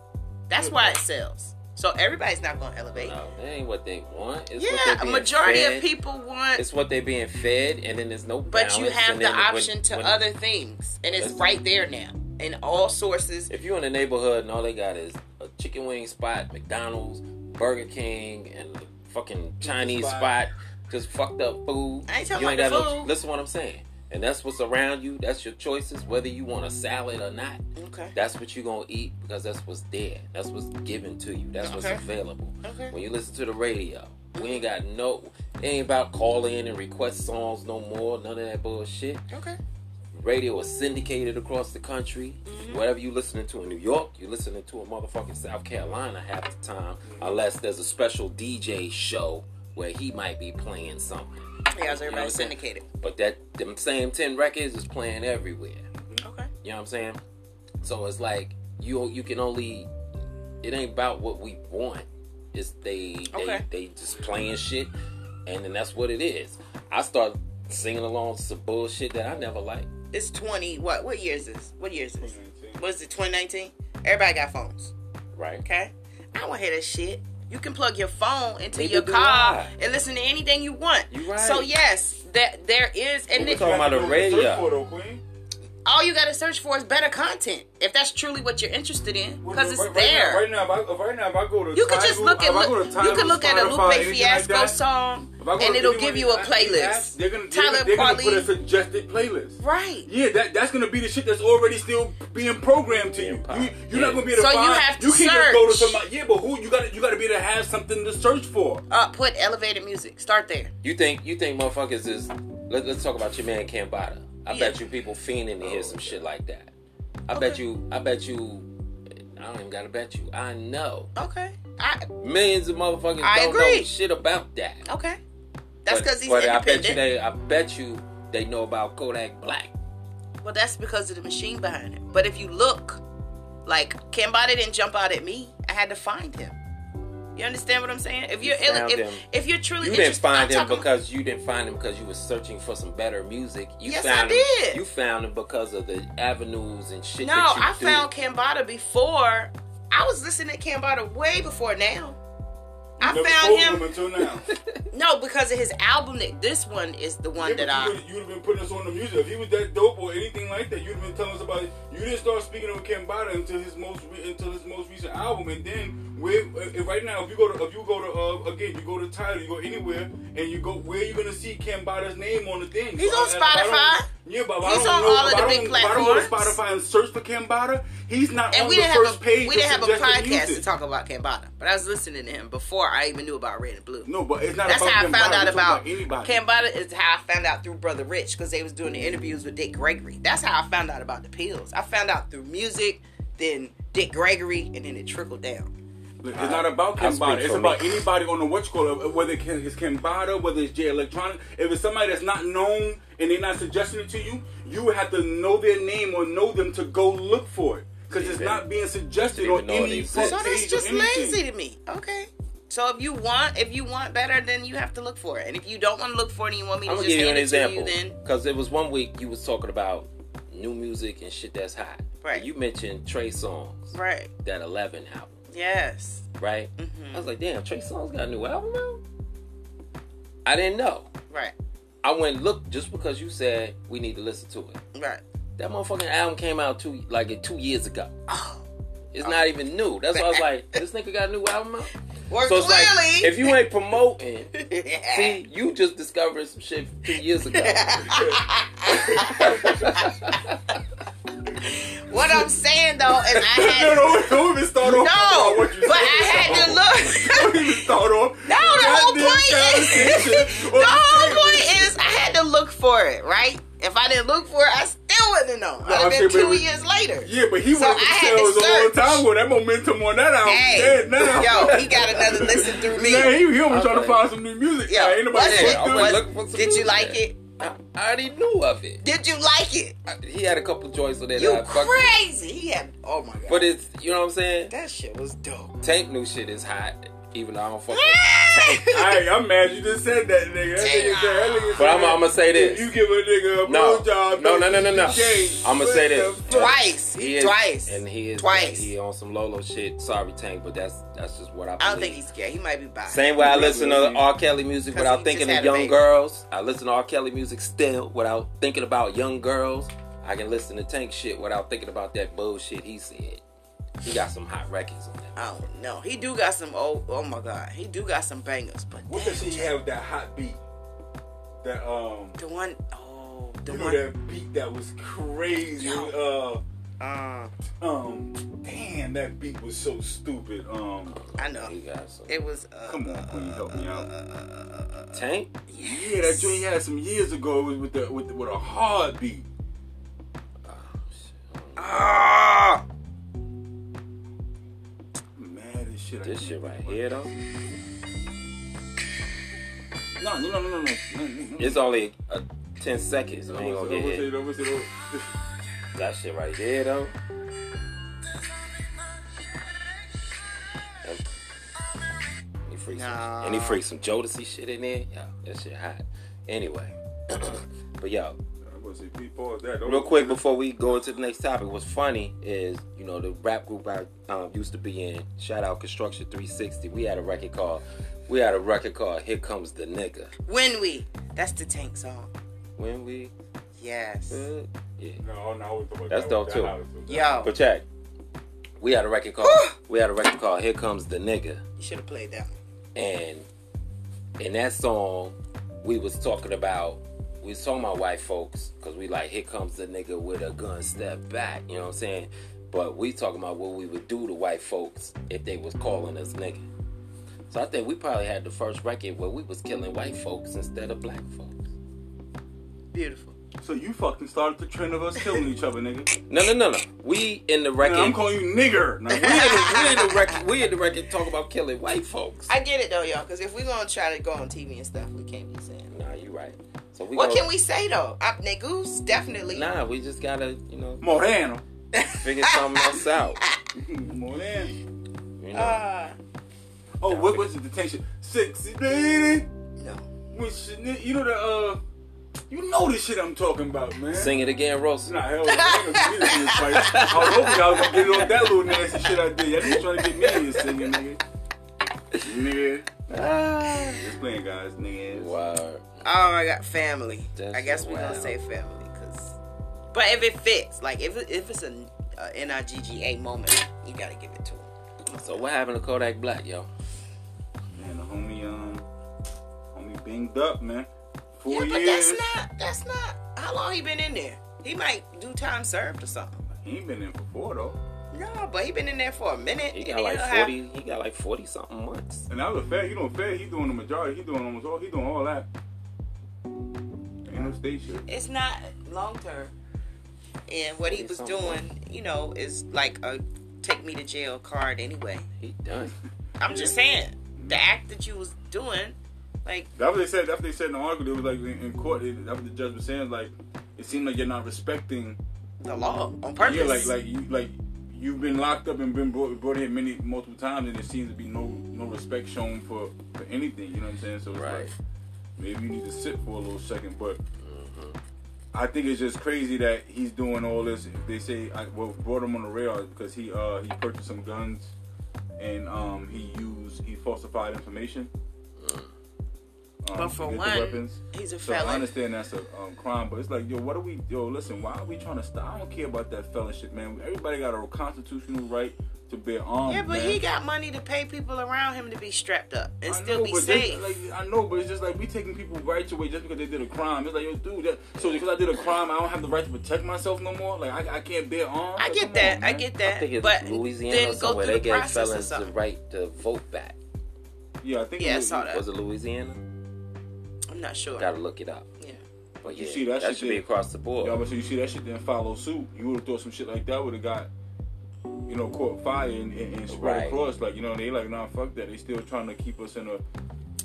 S2: That's why it sells. So everybody's not going to elevate.
S1: No, that ain't what they want. It's what they're
S2: yeah, a
S1: being
S2: majority of
S1: fed.
S2: people want
S1: It's what they're being fed, and then there's no.
S2: But you
S1: balance,
S2: have
S1: and
S2: the
S1: then when-
S2: option to
S1: when-
S2: other things, and it's
S1: Listen.
S2: right there now in all sources.
S1: If you're in the neighborhood and all they got is a chicken wing spot, McDonald's, Burger King, and the fucking Chinese spot.
S3: spot.
S1: just fucked up food.
S2: I ain't talking
S1: you
S2: about the
S1: got
S2: food.
S1: listen to what I'm saying. And that's what's around you. That's your choices, whether you want a salad or not.
S2: Okay.
S1: That's what you're gonna eat because that's what's there. That's what's given to you. That's what's
S2: Okay.
S1: available.
S2: Okay.
S1: When you listen to the radio, we ain't got no. It ain't about call in and request songs no more. None of that bullshit
S2: Okay.
S1: radio is syndicated across the country.
S2: Mm-hmm.
S1: Whatever you listening to in New York, you listening to in motherfucking South Carolina half the time,
S2: Mm-hmm.
S1: unless there's a special DJ show where he might be playing something.
S2: Yeah, it's
S1: You know what
S2: everybody
S1: I'm saying?
S2: syndicated.
S1: But that them same ten records is playing everywhere.
S2: Okay.
S1: You know what I'm saying? So it's like you you can only it ain't about what we want. It's they
S2: Okay.
S1: they, they just playing shit and then that's what it is. I start singing along to some bullshit that I never liked.
S2: It's twenty. What? What year is this? What year is this?
S3: 2019.
S2: What is it? Twenty nineteen. Everybody got phones.
S1: Right.
S2: Okay. I want to hear that shit. You can plug your phone into
S1: Neither
S2: your
S1: do
S2: car
S1: I.
S2: and listen to anything you want.
S1: You right.
S2: So yes, that there is,
S1: Well,
S2: and it-
S1: we talking
S3: You have
S1: about
S3: to
S1: a
S3: know what to search
S1: radio.
S3: for, though, Queen.
S2: all you gotta search for is better content if that's truly what you're interested in,
S3: Well,
S2: because it's
S3: right- right
S2: there.
S3: Now, right now, if I, if right now, if I go to
S2: You could
S3: Tidal,
S2: just look at
S3: if I go
S2: Lu-
S3: to Tidal,
S2: you could look at a
S3: Spotify,
S2: Lupe
S3: anything like
S2: Fiasco
S3: that,
S2: song
S3: if I go to
S2: and it'll
S3: anyone
S2: give you
S3: that
S2: a
S3: I- these apps,
S2: playlist.
S3: They're gonna, they're,
S2: Tyler
S3: they're gonna put a
S2: Parley,
S3: suggested playlist.
S2: right?
S3: Yeah, that, that's gonna be the shit that's already still being programmed to you.
S1: Being
S3: you
S1: popped.
S3: you're not
S1: Yeah.
S3: gonna be able to
S2: So you
S3: find.
S2: have to
S3: you can't just go to
S2: search.
S3: somebody. Yeah, but who you got? to You got to be able to have something to search for.
S2: Uh, put elevated music. Start there.
S1: You think you think motherfuckers is let, let's talk about your man Cambada. I
S2: Yeah. Oh.
S1: bet you people fiending to hear some shit like that. I bet
S2: Okay.
S1: you I bet you I don't even gotta bet you. I know.
S2: Okay. I
S1: Millions of motherfuckers
S2: I
S1: don't
S2: agree.
S1: know shit about that.
S2: okay. That's
S1: But-
S2: because he's
S1: but I bet you
S2: independent.
S1: they I bet you they know about Kodak Black.
S2: well, that's because of the machine behind it. But if you look, like Cambada didn't jump out at me. I had to find him. You understand what I'm saying? If
S1: You
S2: you're ill,
S1: found him.
S2: if, if you're truly
S1: You didn't
S2: interested- I'm
S1: find him
S2: talking-
S1: because you didn't find him because you were searching for some better music. You
S2: Yes, I
S1: found
S2: did.
S1: him. You found him because of the avenues and shit.
S2: No,
S1: that you
S2: I
S1: do.
S2: found Cambada before. I was listening to Cambada way before now. I
S3: Never
S2: found
S3: told
S2: him-
S3: until now.
S2: [laughs] No, because of his album. that- This one is the one that
S3: Yeah, but
S2: I.
S3: you would have been putting us on the music. If he was that dope or anything like that, you'd have been telling us about it. You didn't start speaking on Kambada until his most re- until his most recent album, and then where uh, uh, right now, if you go to if you go to uh, again, you go to Tyler, you go anywhere, and you go where you gonna see Kambada's name on the thing.
S2: He's on
S3: I- if I don't-
S2: Spotify.
S3: Yeah, but if
S2: He's
S3: I don't
S2: on
S3: know,
S2: all
S3: if
S2: of the
S3: I
S2: big
S3: don't- If I
S2: platforms.
S3: don't go to Spotify and search for Kambada, he's not
S2: And
S3: on
S2: we
S3: the
S2: didn't
S3: first
S2: have a
S3: page.
S2: we
S3: of
S2: didn't have a
S3: suggested
S2: podcast to
S3: music.
S2: talk about Cambada, but I was listening to him before I even knew about Red and Blue.
S3: No, but it's not
S2: That's
S3: about
S2: how I
S3: Kambada.
S2: found out
S3: We're talking
S2: about
S3: anybody.
S2: Cambada is how I found out through Brother Rich because they was doing the interviews with Dick Gregory. That's how I found out about the pills. I found out through music, then Dick Gregory, and then it trickled down.
S3: Look, It's not about
S1: I speak
S3: Kambada. It's
S1: for
S3: about
S1: me.
S3: anybody on the what you call it, whether it's Kambada, whether it's J Electronic. If it's somebody that's not known and they're not suggesting it to you, you would have to know their name or know them to go look for it. Because it's
S1: Even-
S3: not being suggested
S1: even
S3: on
S1: know it
S3: any
S1: exists.
S3: front
S2: So
S3: page
S2: that's
S3: or
S2: just
S3: anything.
S2: lazy to me. Okay. So if you want if you want better, then you have to look for it. And if you don't want to look for it and you want me to
S1: I'm gonna
S2: just
S1: give you
S2: hand
S1: an
S2: it to you,
S1: example
S2: then
S1: because it was one week you was talking about new music and shit that's hot.
S2: Right.
S1: You mentioned Trey Songs,
S2: right.
S1: that Eleven album,
S2: Yes.
S1: right?
S2: Mm-hmm.
S1: I was like, damn, Trey Songs got a new album now. I didn't know.
S2: Right.
S1: I went and looked just because you said we need to listen to it.
S2: Right.
S1: That motherfucking album came out two like two years ago.
S2: Oh.
S1: It's not even new. That's why I was like, this nigga got a new album out.
S2: Or
S1: So it's
S2: clearly
S1: like if you ain't
S2: [laughs]
S1: promoting, see, you just discovered some shit two years ago.
S2: [laughs] What I'm saying though is I
S3: [laughs] [laughs] no,
S2: had no,
S3: no, don't even start off about [laughs] what you
S2: but
S3: said.
S2: I
S3: [laughs]
S2: had to look. [laughs]
S3: Don't even start off.
S2: No, the whole point is [laughs] the whole point is I had to look for it, right? If I didn't look for it, I still wouldn't know.
S3: No,
S2: I'd have been
S3: I'm saying, but
S2: two
S3: we-
S2: years later.
S3: Yeah, but he
S2: So
S3: would have
S2: I had to
S3: sales a long
S2: search.
S3: time ago. That momentum on that album
S2: Hey,
S3: dead now.
S2: yo, he got another listen through
S3: [laughs]
S2: me.
S3: Yeah, he, he was trying to
S1: Okay.
S3: find some new music.
S2: Yo,
S3: Yeah, ain't nobody
S2: what's
S1: Yeah,
S2: it?
S1: I went
S3: doing
S2: What's-
S3: it.
S1: looking for some
S2: Did
S1: music.
S2: you like it?
S1: I, I already knew of it.
S2: Did you like it?
S1: I- he had a couple joints on there that
S2: You
S1: I fucked with.
S2: crazy? He had. Oh my god.
S1: But it's you know what I'm saying.
S2: that shit was dope.
S3: [laughs]
S1: Tank new shit is hot, even though I don't fuck. with
S3: Hey, I'm mad you just said that, nigga. That nigga said, that nigga
S1: But
S3: said
S1: I'm- I'ma say this.
S3: You give a nigga a
S1: No.
S3: blowjob.
S1: No, no, no, no, no.
S3: Shake.
S1: I'ma
S3: What
S1: say
S3: the
S1: this.
S3: fuck?
S2: Twice. He
S1: is-
S2: twice.
S1: and he is
S2: Twice.
S1: He on some Lolo shit. Sorry, Tank, but that's that's just what I.
S2: I don't
S1: believe.
S2: think he's gay. He might be bi.
S1: Same way I listen to
S3: Really?
S1: R. Kelly music
S2: 'Cause
S1: without
S2: he
S1: thinking
S2: just
S1: of
S2: had a
S1: young
S2: baby.
S1: girls. I listen to R. Kelly music still without thinking about young girls. I can listen to Tank shit without thinking about that bullshit he said. He got some hot records on that.
S2: Oh no, he do got some old. Oh my god, he do got some bangers. But
S3: What
S2: damn,
S3: does she have that hot beat? That, um,
S2: the one, oh, the
S3: you know
S2: one.
S3: that beat that was crazy. Uh,
S2: Uh,
S3: um, damn, that beat was so stupid. Um,
S2: I know.
S1: He got some.
S2: It was. Uh,
S3: come on, Queen, help me out.
S1: Tank?
S3: Yeah, that joint he had some years ago It was with the with, with a hard beat. Ah, mad as shit. I
S1: This
S3: can't
S1: shit right
S3: think of
S1: here, though.
S3: it. No, no, no, no, no, no. no, no.
S1: It's only a 10 seconds. We ain't
S3: Almost
S1: gonna get
S3: it, almost
S1: hit.
S3: it, almost it, almost it.
S1: That shit right there, though. And he freaked some,
S2: Nah.
S1: and he freaked some Jodeci shit in there. Yo, that shit hot. Anyway, [coughs] but yo,
S3: I was gonna say, Pete, pause that.
S1: real quick before we go into the next topic, what's funny is you know the rap group I um, used to be in. Shout out Construction 360. We had a record called, we had a record called "Here Comes the Nigga."
S2: When we. That's the tank song.
S1: When we,
S2: Yes.
S3: Mm.
S1: uh, yeah.
S3: No, no, I was talking about
S1: That's
S3: that
S1: dope,
S3: was-
S1: too.
S3: that was- that was-
S2: Yo,
S1: But check, we had a record called we had a record called "Here Comes the Nigga,"
S2: you should have played that one.
S1: and in that song, we was talking about we was talking about white folks because we like "Here Comes the Nigga" with a gun step back. You know what I'm saying? But we talking about what we would do to white folks if they was calling us nigga. So I think we probably had the first record where we was killing white folks instead of black folks.
S2: Beautiful.
S3: So you fucking started the trend of us killing each other, nigga.
S1: No, no, no, no. We in the record.
S3: Man, I'm calling you nigger. Now,
S1: we, in [laughs]
S3: we-
S1: the, we in the record. We in the record talking about killing white folks.
S2: I get it though, y'all, because if we gonna try to go on TV and stuff, we can't be saying.
S1: Nah, you right. So we
S2: What
S1: gonna-
S2: can we say though? Up niggas, definitely.
S1: Nah, we just gotta, you know,
S3: Moreno. [laughs]
S1: figure something else out.
S3: Moreno.
S1: You know,
S2: Uh,
S3: Oh, what was the detention? Sexy lady.
S2: no.
S3: When she- You know the uh, you know the shit I'm talking about, man.
S1: sing it again, Rosa.
S3: Nah, hell, no, I ain't gonna get in this fight. I was hoping y'all was gonna get on that little nasty shit I did. Y'all just trying to get me in singing, nigga. nigga.
S2: Ah.
S3: Just playing, guys. Nigga.
S1: Wow.
S2: Oh my god, family.
S1: That's
S2: I guess we're
S1: wild.
S2: gonna say family, cause. But if it fits, like if it, if it's a, a nigga moment, you gotta give it to him.
S1: So what happened to Kodak Black, yo?
S3: Man, the homie, um, homie banged up, man. Four
S2: yeah,
S3: years.
S2: but that's not that's not how long he been in there. He might do time served or something.
S3: He ain't been in for four though.
S2: No, but he been in there for a minute.
S1: He
S2: and
S1: got like
S2: he'll have-
S1: forty. He got like forty something months.
S3: And that was fair. He doing fair. He doing the majority. He doing almost all. He doing all that. Ain't no state shit.
S2: It's not long term. And what he was
S1: Something.
S2: doing, you know, is like a take me to jail card anyway.
S1: He done.
S2: I'm just saying the act that you was doing, like
S3: That's what they said. That's what they said in the article. It was like in, in court. It, that's what the judge was saying. Like, it seemed like you're not respecting.
S2: the law on purpose.
S3: Yeah, like like you like you've been locked up and been brought, brought here many multiple times, and there seems to be no no respect shown for for anything. You know what I'm saying? So it's
S1: Right.
S3: like maybe you need to sit for a little second, but. I think it's just crazy that he's doing all this. They say I, what brought him on the radar is because he uh, he purchased some guns and um, he used he falsified information. Um,
S2: But
S3: to
S2: for
S3: get the
S2: one,
S3: weapons.
S2: he's a
S3: so I
S2: felon.
S3: understand that's a um, crime, but it's like yo, what are we yo? Listen, why are we trying to stop? I don't care about that felon shit, man. Everybody got a constitutional right to bear arms.
S2: yeah, but
S3: man.
S2: he got money to pay people around him to be strapped up and
S3: I
S2: still
S3: know,
S2: be
S3: but
S2: safe.
S3: that's- Like, I know, but it's just like we taking people rights away just because they did a crime. It's like, yo, dude, that, so because I did a crime, I don't have the right to protect myself no more. Like, I, I can't bear arms.
S2: I
S3: Like, come
S2: get
S3: on,
S2: that. I
S3: man.
S2: get
S1: I
S2: that.
S1: think it's
S2: but
S1: Louisiana or
S2: then go
S1: somewhere.
S2: through
S1: They
S2: the
S1: gave
S2: process or
S1: felons the
S2: something.
S1: right to vote back.
S3: Yeah, I think.
S2: Yeah, I
S3: it-
S2: saw that.
S1: Was it Louisiana?
S2: I'm not sure.
S1: Gotta look it up.
S2: Yeah.
S1: But
S3: You
S1: yeah,
S3: see, that
S1: that
S3: shit
S1: should be
S3: there.
S1: across the board. [laughs]
S3: Yo, but so you see that shit didn't follow suit. You would have thought some shit like that would have got, you know, caught fire and, and, and spread
S1: Right.
S3: across. Like, you know, they like, nah, fuck that. They still trying to keep us in a.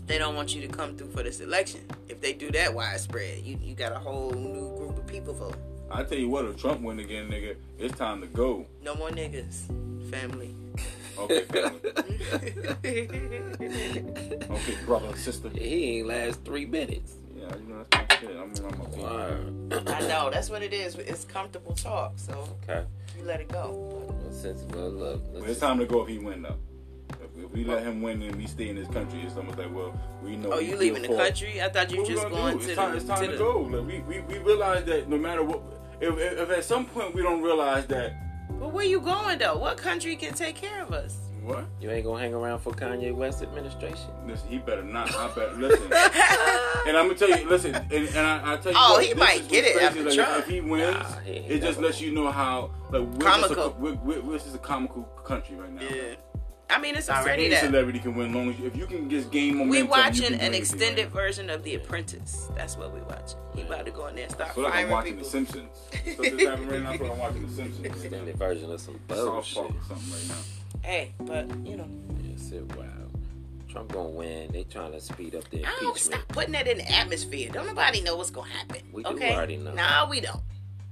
S2: They don't want you to come through for this election. If they do that widespread, you, you got a whole new group of people vote.
S3: I tell you what, if Trump win again, nigga, it's time to go.
S2: No more niggas. Family. [laughs]
S3: Okay, family. okay, brother, sister.
S1: He ain't last three minutes.
S3: Yeah, you know that's my shit. I'm, I'm a
S2: I know. That's what it is. It's comfortable talk. So
S1: [clears throat] Okay.
S2: you let it go.
S1: Well, since well, look, let's
S3: But it's
S1: just-
S3: time to go if he win though. If, if we let him win and we stay in this country, it's almost like, well, we know.
S2: Oh,
S3: we-
S2: you
S3: we'll
S2: leaving the
S3: fall.
S2: country? I thought you
S3: What we
S2: just
S3: gonna
S2: going
S3: do?
S2: to the.
S3: it's time, it's time to,
S2: the-
S3: go. Like, we, we we realize that no matter what, if, if, if at some point we don't realize that
S2: But where you going though? What country can take care of us?
S3: what,
S1: you ain't gonna hang around for Kanye West administration.
S3: listen, he better not. I better
S2: [laughs]
S3: listen. and I'm gonna tell you, listen, and, and I, I tell you,
S2: Oh,
S3: what,
S2: he
S3: this
S2: might
S3: is
S2: get
S3: what's
S2: it after
S3: crazy, like,
S2: Trump.
S3: If he wins,
S1: Nah, he ain't
S3: it just
S1: never
S3: lets you know how like we're
S2: Comical.
S3: Just a, we're, we're, we're just a comical country right now.
S2: Yeah. I mean, it's already
S3: Any
S2: that.
S3: celebrity can win long as you, if you can just gain momentum.
S2: We
S3: you can
S2: watching
S3: do
S2: an
S3: anything,
S2: extended
S3: right?
S2: version of The Apprentice. That's what we watching. He about to go in there and start
S3: feel like I'm
S2: firing
S3: watching
S2: people.
S3: The Simpsons.
S2: [laughs]
S3: So this happened right now. I feel like I'm watching The Simpsons. Right now.
S1: Extended version of some
S3: South
S1: bullshit.
S3: Park or something right now.
S2: hey, but you know,
S1: Yeah, sit wow. Trump gonna win. They trying to speed up the
S2: I don't
S1: impeachment.
S2: Oh, stop putting that in the atmosphere. Don't nobody know what's gonna happen.
S1: We do
S2: okay?
S1: already know.
S2: Nah, we don't.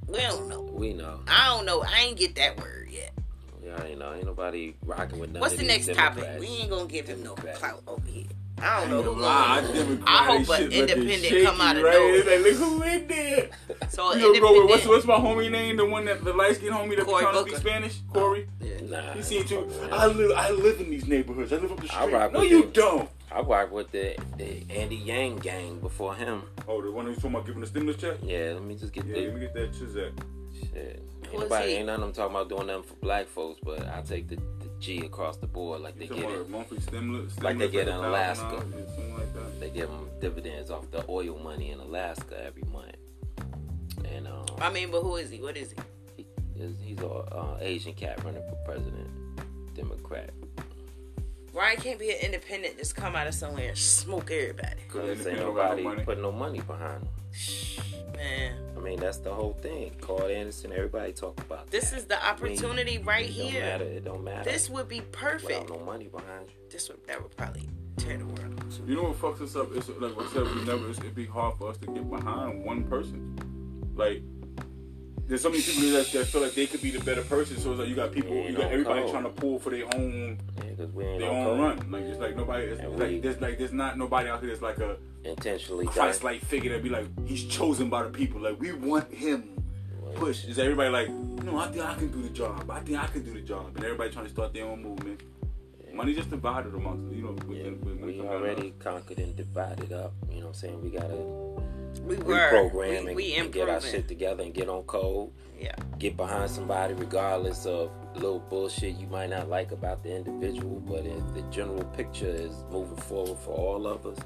S2: We don't know.
S1: We know.
S2: I don't know. I ain't get that word yet.
S1: We already know. Ain't nobody rocking with none
S2: What's
S1: of
S2: the
S1: these
S2: next topic?
S1: Democrats.
S2: We ain't gonna give him no
S1: Democrats.
S2: clout over here. I don't know who
S3: Nah,
S2: gonna
S3: Democratic
S2: Oh, I hope a
S3: shit looking
S2: independent
S3: shaky,
S2: come out of
S3: right?
S2: nowhere.
S3: It's like, look who in there.
S2: So
S3: You gonna go with what's,
S2: independent.
S3: what's my homie name? The one that the light skinned homie that
S2: Cory
S3: trying to
S2: Booker.
S3: speak Spanish? Corey?
S1: Nah.
S3: You seen too?
S1: fuck with
S3: I
S1: him.
S3: live I live in these neighborhoods. I live up the
S1: I
S3: street.
S1: rock
S3: no,
S1: with
S3: you
S1: them.
S3: don't.
S1: I rock with the, the Andy Yang gang before him.
S3: Oh, the one who's talking about giving the stimulus check?
S1: Yeah, let me just get
S3: Yeah,
S1: the
S3: let me get that chizak.
S1: Shit. Ain't
S2: Who is
S1: nobody,
S2: he?
S1: ain't none of them talking about doing nothing for black folks, but I take the, the G across the board like they
S3: You
S1: get
S3: talking about
S1: it.
S3: a monthly stimulus?
S1: Like they
S3: stimulus
S1: get in
S3: $1,000,
S1: Alaska.
S3: yeah, Something like that.
S1: They give them dividends off the oil money in Alaska every month. And um,
S2: I mean, but who is he? What is he?
S1: he, he's- he's a uh, Asian cat running for president, Democrat.
S2: Why can't be an independent just come out of somewhere and smoke everybody?
S1: Because ain't
S3: Independent don't got no
S1: nobody
S3: money.
S1: putting no money behind him.
S2: Man,
S1: I mean, that's the whole thing. Carl Anderson, everybody talk about
S2: this
S1: that.
S2: is the opportunity right
S1: It don't
S2: here.
S1: matter. It don't matter.
S2: This would be
S1: without
S2: perfect.
S1: no money behind you.
S2: This would that would probably tear the world. up.
S3: You know what fucks us up? It's like I said, we never. It's, it'd be hard for us to get behind one person. Like, there's so many people that, that feel like they could be the better person. So it's like you got people,
S1: Yeah,
S3: you got
S1: no
S3: everybody
S1: code.
S3: trying to pull for their own,
S1: Yeah, because we ain't
S3: their
S1: on
S3: own
S1: code.
S3: run. Like it's like nobody. It's,
S1: And
S3: it's
S1: we-
S3: like there's like there's not nobody out here that's like a
S1: Intentionally done.
S3: Christ-like figure that be like he's chosen by the people. Like we want him. Push. Is everybody like? No, I think I can do the job. I think I can do the job. And everybody trying to start their own movement.
S1: Yeah,
S3: Money just divided amongst you know. With,
S1: Yeah,
S3: with,
S1: we
S3: with-
S1: already conquered and divided up. You know what I'm saying? We gotta
S2: We were.
S1: reprogram
S2: We,
S1: and,
S2: we
S1: and get our
S2: improving.
S1: shit together and get on code.
S2: Yeah.
S1: Get behind somebody, regardless of little bullshit you might not like about the individual. But if the general picture is moving forward for all of us,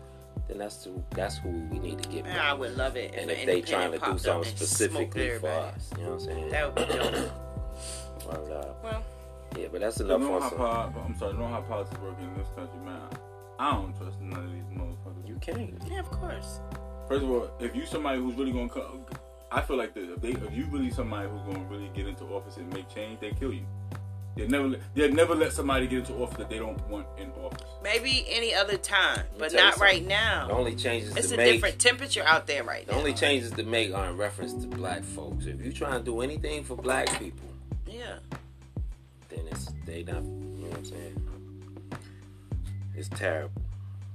S1: then that's who, that's who we need to get.
S2: Man,
S1: behind.
S2: I would love it. If
S1: and
S2: an
S1: if they trying
S2: independent
S1: to
S2: popped
S1: do
S2: up
S1: something
S2: and smoked
S1: specifically for
S2: everybody.
S1: us, you know what I'm saying?
S2: That would be dope.
S1: But, uh,
S2: Well,
S1: yeah, but that's
S3: You
S1: enough
S3: know
S1: on
S3: how
S1: some-
S3: po- I'm sorry. You know how politics work in this country, man. I don't trust none of these motherfuckers.
S1: You can't.
S2: yeah, of course.
S3: First of all, if you somebody who's really gonna come, I feel like this. If they, if you really somebody who's gonna really get into office and make change, they kill you. They never, let- they never let somebody get into office that they don't want in office.
S2: Maybe any other time, but
S1: tell you
S2: not right
S1: something.
S2: now.
S1: The only changes
S2: it's
S1: to
S2: a
S1: make.
S2: different temperature out there right
S1: the
S2: now.
S1: only changes to make are in reference to black folks. If you try and do anything for black people,
S2: yeah.
S1: then it's they not. You know what I'm saying? It's terrible.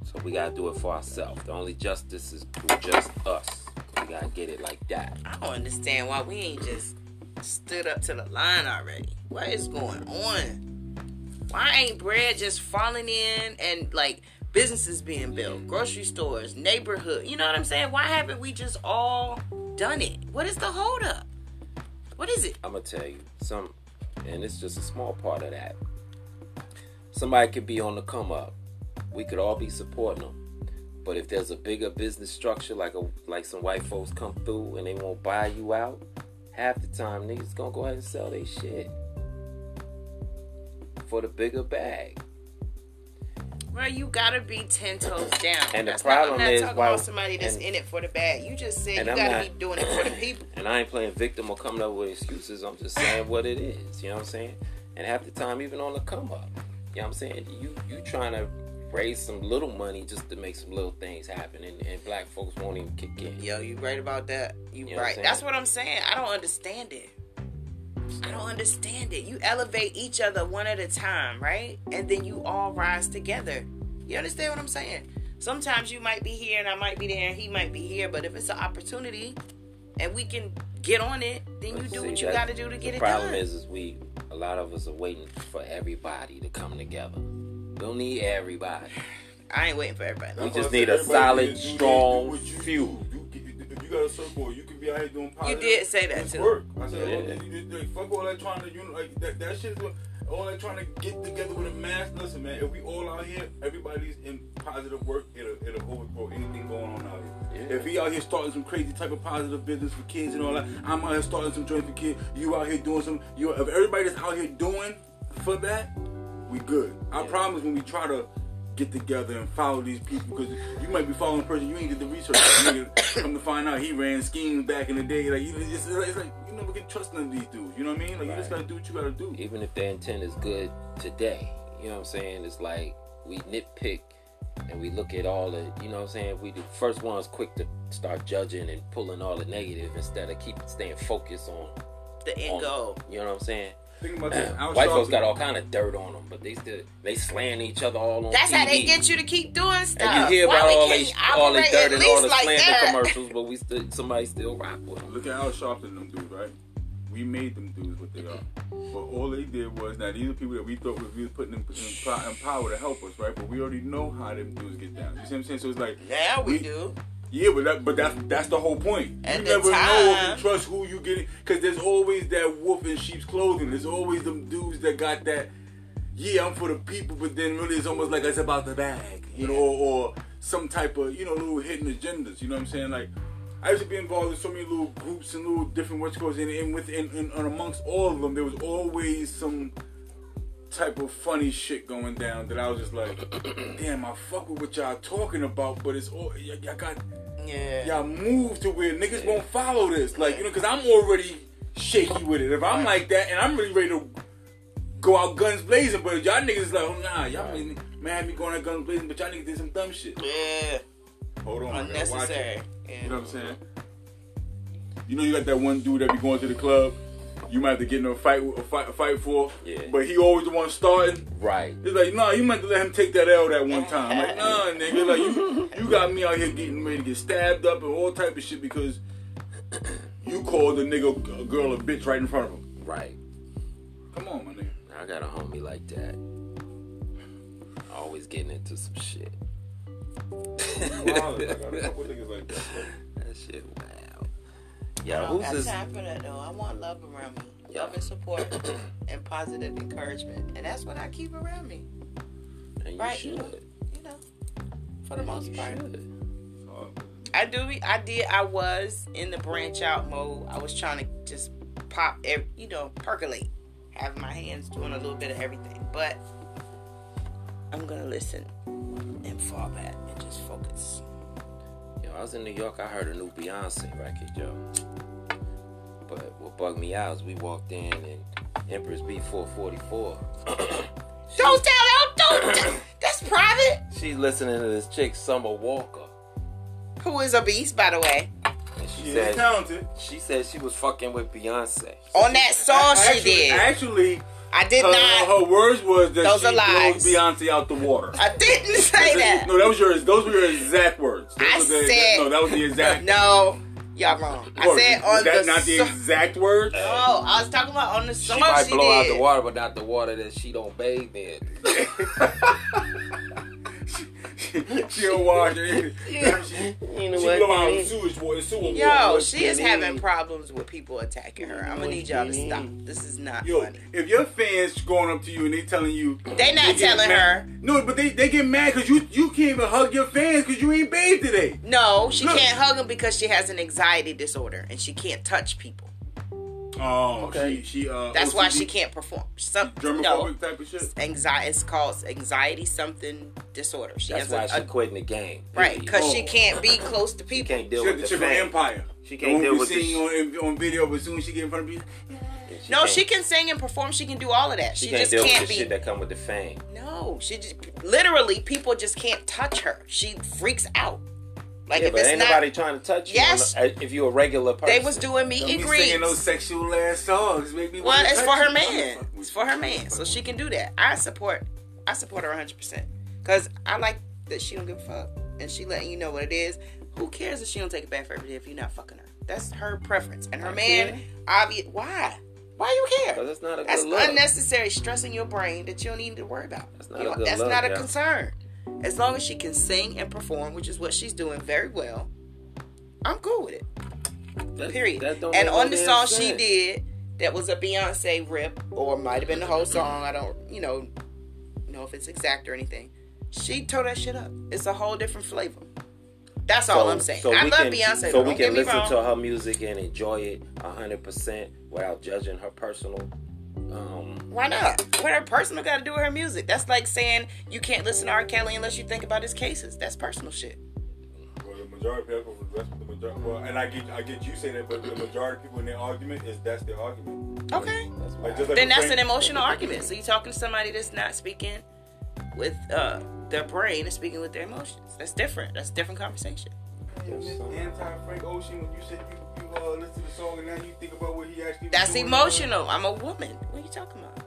S1: So we gotta do it for ourselves. The only justice is through just us. We gotta get it like that.
S2: I don't understand why we ain't just stood up to the line already. What is going on? Why ain't bread just falling in and like businesses being built, grocery stores, neighborhood? You know what I'm saying? Why haven't we just all done it? What is the holdup? What is it?
S1: I'm gonna tell you some, and it's just a small part of that. Somebody could be on the come up. We could all be supporting them. But if there's a bigger business structure, like a like some white folks come through and they won't buy you out, half the time niggas gonna go ahead and sell their shit for the bigger bag.
S2: Well, you gotta be ten toes down.
S1: And the
S2: That's
S1: problem
S2: not, I'm not
S1: is
S2: talking
S1: why-
S2: about somebody that's
S1: and-
S2: in it for the bag. You just said you
S1: and I'm
S2: gotta
S1: not-
S2: be doing it for the people.
S1: And I ain't playing victim or coming up with excuses. I'm just saying what it is. You know what I'm saying? And half the time, even on the come up, you know what I'm saying? You you trying to raise some little money just to make some little things happen, and, and black folks won't even kick in.
S2: Yo, you right about that. You,
S1: You know what I'm
S2: right.
S1: saying?
S2: That's what I'm saying. I don't understand it. I don't understand it. You elevate each other one at a time, right? And then you all rise together. You understand what I'm saying? Sometimes you might be here and I might be there and he might be here, but if it's an opportunity and we can get on it, then you
S1: But
S2: do
S1: see,
S2: what you
S1: that-
S2: got to do to get
S1: the
S2: it
S1: problem
S2: done.
S1: is, is we a lot of us are waiting for everybody to come together. We don't need everybody.
S2: I ain't waiting for everybody.
S1: We
S3: That's
S1: just
S3: why I
S1: need
S3: said
S1: a
S3: everybody
S1: solid,
S3: needs to do
S1: strong
S3: this, do what
S1: few.
S3: You, you, if you got a circle, you can be out here doing
S2: You
S3: positive.
S2: did say that,
S3: it's
S2: too.
S3: Work. I said,
S1: Yeah.
S3: oh, you- you- like, fuck all that trying to, you know, like, that, that shit's what, all that trying to get together with a mass. Listen, man, if we all out here, everybody's in positive work, it'll, it'll overthrow anything going on out here.
S1: Yeah.
S3: If we out here starting some crazy type of positive business for kids and all that, I'm out here starting some joints for kids. You out here doing some. You, if everybody that's out here doing for that, we good. Our
S1: Yeah.
S3: problem is when we try to get together and follow these people because you might be following a person you ain't did the research. on. You nigga, come to find out he ran schemes back in the day. Like you, it's, it's like you never can trust none of these dudes. You know what I mean? Like you just
S1: Right.
S3: gotta do what you gotta do.
S1: even if their intent is good today, you know what I'm saying? It's like we nitpick and we look at all the, you know what I'm saying? We the first one's quick to start judging and pulling all the negative instead of keep staying focused on,
S2: the
S1: on
S2: end goal.
S1: you know what I'm saying?
S3: Think
S1: [clears throat]
S3: about this. Al
S1: White
S3: Sharpton-
S1: folks got all kind of dirt on them, but they still they slaying each other all on
S2: That's how they
S1: TV.
S2: get you to keep doing stuff.
S1: And you hear
S2: Why
S1: about
S2: we
S1: all
S2: can't
S1: they all they
S2: operate at
S1: dirt and all
S2: least
S1: the
S2: like
S1: slander
S2: that?
S1: commercials, but we still somebody still rock with them.
S3: Look at Al Sharpton and them dudes, right? We made them dudes what they are. But all they did was now these are people that we thought was- we was putting in, in, pro- in power to help us, right? But we already know how them dudes get down. You see what I'm saying? So it's like
S2: Now we do.
S3: Yeah, but that, but that's that's the whole point.
S2: At
S3: you
S2: the
S3: never know if
S2: time-
S3: you trust who you get because there's always that wolf in sheep's clothing. There's always them dudes that got that. Yeah, I'm for the people, but then really it's almost like it's about the bag, you know, or, or some type of you know little hidden agendas. You know what I'm saying? Like I used to be involved in so many little groups and little different what's goes in and within and, and amongst all of them, there was always some type of funny shit going down that I was just like, [clears throat] damn, I fuck with what y'all talking about, but it's all y- y'all got
S2: Yeah.
S3: y'all move to where niggas won't follow this. Like, you know, because I'm already shaky with it. If I'm like that and I'm really ready to go out guns blazing, but y'all niggas like, oh, nah, y'all really mad at me going out guns blazing, but y'all niggas did some dumb shit.
S2: Yeah.
S3: Hold on, I gotta watch it.
S2: Unnecessary.
S3: You know
S2: Yeah.
S3: what I'm saying? You know, you got that one dude that be going to the club. You might have to get in a fight, a fight, a fight for.
S1: Yeah.
S3: But he always the one starting.
S1: Right.
S3: It's like, nah, you meant to let him take that L that one time. Like, nah, nigga, like you, you got me out here getting ready to get stabbed up and all type of shit because you called a nigga a girl a bitch right in front of him.
S1: Right.
S3: Come on, my nigga.
S1: I got a homie like that. getting into some shit. [laughs]
S3: Wild, like, I don't fuck with niggas like that. bro.
S1: That shit wow.
S2: uh, I
S1: Yo,
S2: don't
S1: who's
S2: got
S1: this?
S2: time for that though. I want love around me. Love
S1: Yeah.
S2: and support and positive encouragement. And that's what I keep around me,
S1: And you
S2: Right, you know,
S1: should.
S2: you know. For the most
S1: You
S2: part.
S1: should.
S3: It's hard, bro.
S2: I do I did I was in the branch out mode. I was trying to just pop ev you know, percolate. Have my hands doing a little bit of everything. But I'm gonna listen and fall back and just focus.
S1: Yo, I was in New York. I heard a new Beyonce record, yo. But what bugged me out is we walked in and Empress B444.
S2: Don't tell them
S1: [coughs]
S2: don't tell- that's private.
S1: She's listening to this chick Summer Walker,
S2: Who is a beast by the way.
S1: and she
S3: She is
S1: said
S3: talented.
S1: she said she was fucking with Beyonce.
S2: On that song
S3: actually,
S2: she did.
S3: Actually,
S2: I did
S1: uh,
S3: her,
S2: not
S3: her words was that
S2: Those
S3: she
S2: are lies.
S3: blows Beyonce out the water.
S2: I
S1: [laughs]
S2: didn't say that.
S3: No, that was your. Those were your exact words. Those
S2: I
S3: were the exact-
S2: said-
S3: no, that was the exact.
S2: [laughs] No, y'all wrong. I
S3: words.
S2: said
S3: Was
S2: on
S3: that
S2: the
S3: not the
S2: so-
S3: exact words. [laughs]
S2: Oh, I was talking about on the song
S1: She might
S2: she
S1: blow out
S2: did.
S1: the water, but not the water that she don't bathe in.
S3: she don't wash her.
S2: [laughs]
S3: either. She,
S1: You know
S3: she
S1: what
S3: blow
S1: I
S3: out
S1: mean?
S3: sewage water. Sewer
S2: Yo,
S3: water.
S2: she is
S1: you
S2: having
S1: need?
S2: problems with people attacking her. I'm gonna need y'all to
S1: you
S2: stop.
S1: need?
S2: This is not
S3: Yo,
S2: funny.
S3: if your fans going up to you and they telling you,
S2: They not
S3: get
S2: telling
S3: mad-
S2: her.
S3: No, but they, they get mad because you you can't even hug your fans because you ain't bathed today.
S2: No, she
S3: Look.
S2: can't hug him because she has an anxiety disorder and she can't touch people.
S3: Oh,
S1: Okay.
S3: she she uh.
S2: That's why
S3: OCD,
S2: she can't perform. Some
S3: Germophobic
S2: no
S3: type of shit.
S2: anxiety. It's called anxiety something disorder. She
S1: That's why
S2: has
S1: she
S2: a, a
S1: quitting the game.
S2: right because she
S3: Oh.
S2: can't be close to
S1: She
S2: people.
S1: can't deal
S3: She got
S1: with
S3: the
S1: the
S3: chick on
S1: fame.
S3: Empire.
S1: She
S3: the
S1: can't
S3: one
S1: deal
S3: we
S1: with the
S3: seen on, on video, but soon as she get in front of people,
S2: no,
S1: can't-
S2: she can sing and perform. She can do all of that. She,
S1: She can't
S2: just
S1: deal
S2: can't
S1: with the
S2: be
S1: shit that come with the fame.
S2: No, she just literally people just can't touch her. She freaks out. Like
S1: yeah,
S2: if
S1: but
S2: it's
S1: ain't
S2: not,
S1: nobody trying to touch you.
S2: Yes.
S1: on- If you're a regular person,
S2: they was doing meet
S3: Don't
S2: and
S3: be singing those
S2: greets.
S3: sexual ass songs. Make me
S2: Well,
S3: wanna
S2: it's
S3: touch
S2: for her
S3: you.
S2: man. It's for her man, so
S3: Fuck
S2: she
S3: with
S2: can do that. I support, I support her 100 percent because I like that she don't give a fuck and she letting you know what it is. Who cares if she don't take a bath every day if you're not fucking her? That's her preference and her
S1: I
S2: man. Obvious. Why? Why you care?
S1: Because it's not a
S2: That's
S1: good look.
S2: unnecessary stress in your brain that you don't need to worry about.
S1: That's not
S2: You
S1: a
S2: don't-
S1: good
S2: that's
S1: look,
S2: not a
S1: yeah.
S2: concern. As long as she can sing and perform, which is what she's doing very well, I'm cool with it.
S1: That-
S2: Period.
S1: that don't
S2: and
S1: make
S2: on
S1: no
S2: the
S1: damn
S2: song she
S1: sense.
S2: did, that was a Beyonce rip, or might have been the
S1: Mm-hmm.
S2: whole song. I don't, you know, know if it's exact or anything. She tore that shit up. It's a whole different flavor. That's all I'm saying. I
S1: we
S2: love
S1: can-
S2: Beyonce.
S1: So
S2: though,
S1: we
S2: don't
S1: can
S2: get me
S1: listen
S2: wrong.
S1: to her music and enjoy it hundred percent without judging her personal. Um,
S2: Why not? What her personal got to do with her music? That's like saying you can't listen to R. Kelly unless you think about his cases. That's personal shit.
S3: you. Well, the majority of people, that's what the majority. Well, and I get, I get you saying that, but the majority of people in their argument is that's their argument.
S2: Okay.
S1: that's why
S3: Like just like
S2: Then
S3: a
S2: that's an
S3: friend-
S2: emotional argument. So you're talking to somebody that's not speaking with uh, their brain and speaking with their emotions. That's different. That's a different conversation.
S3: Anti Frank Ocean, when you said you, you uh, listen to the song and now you think about what he actually. was
S2: That's
S3: doing.
S2: emotional. I'm a woman. What are you talking about?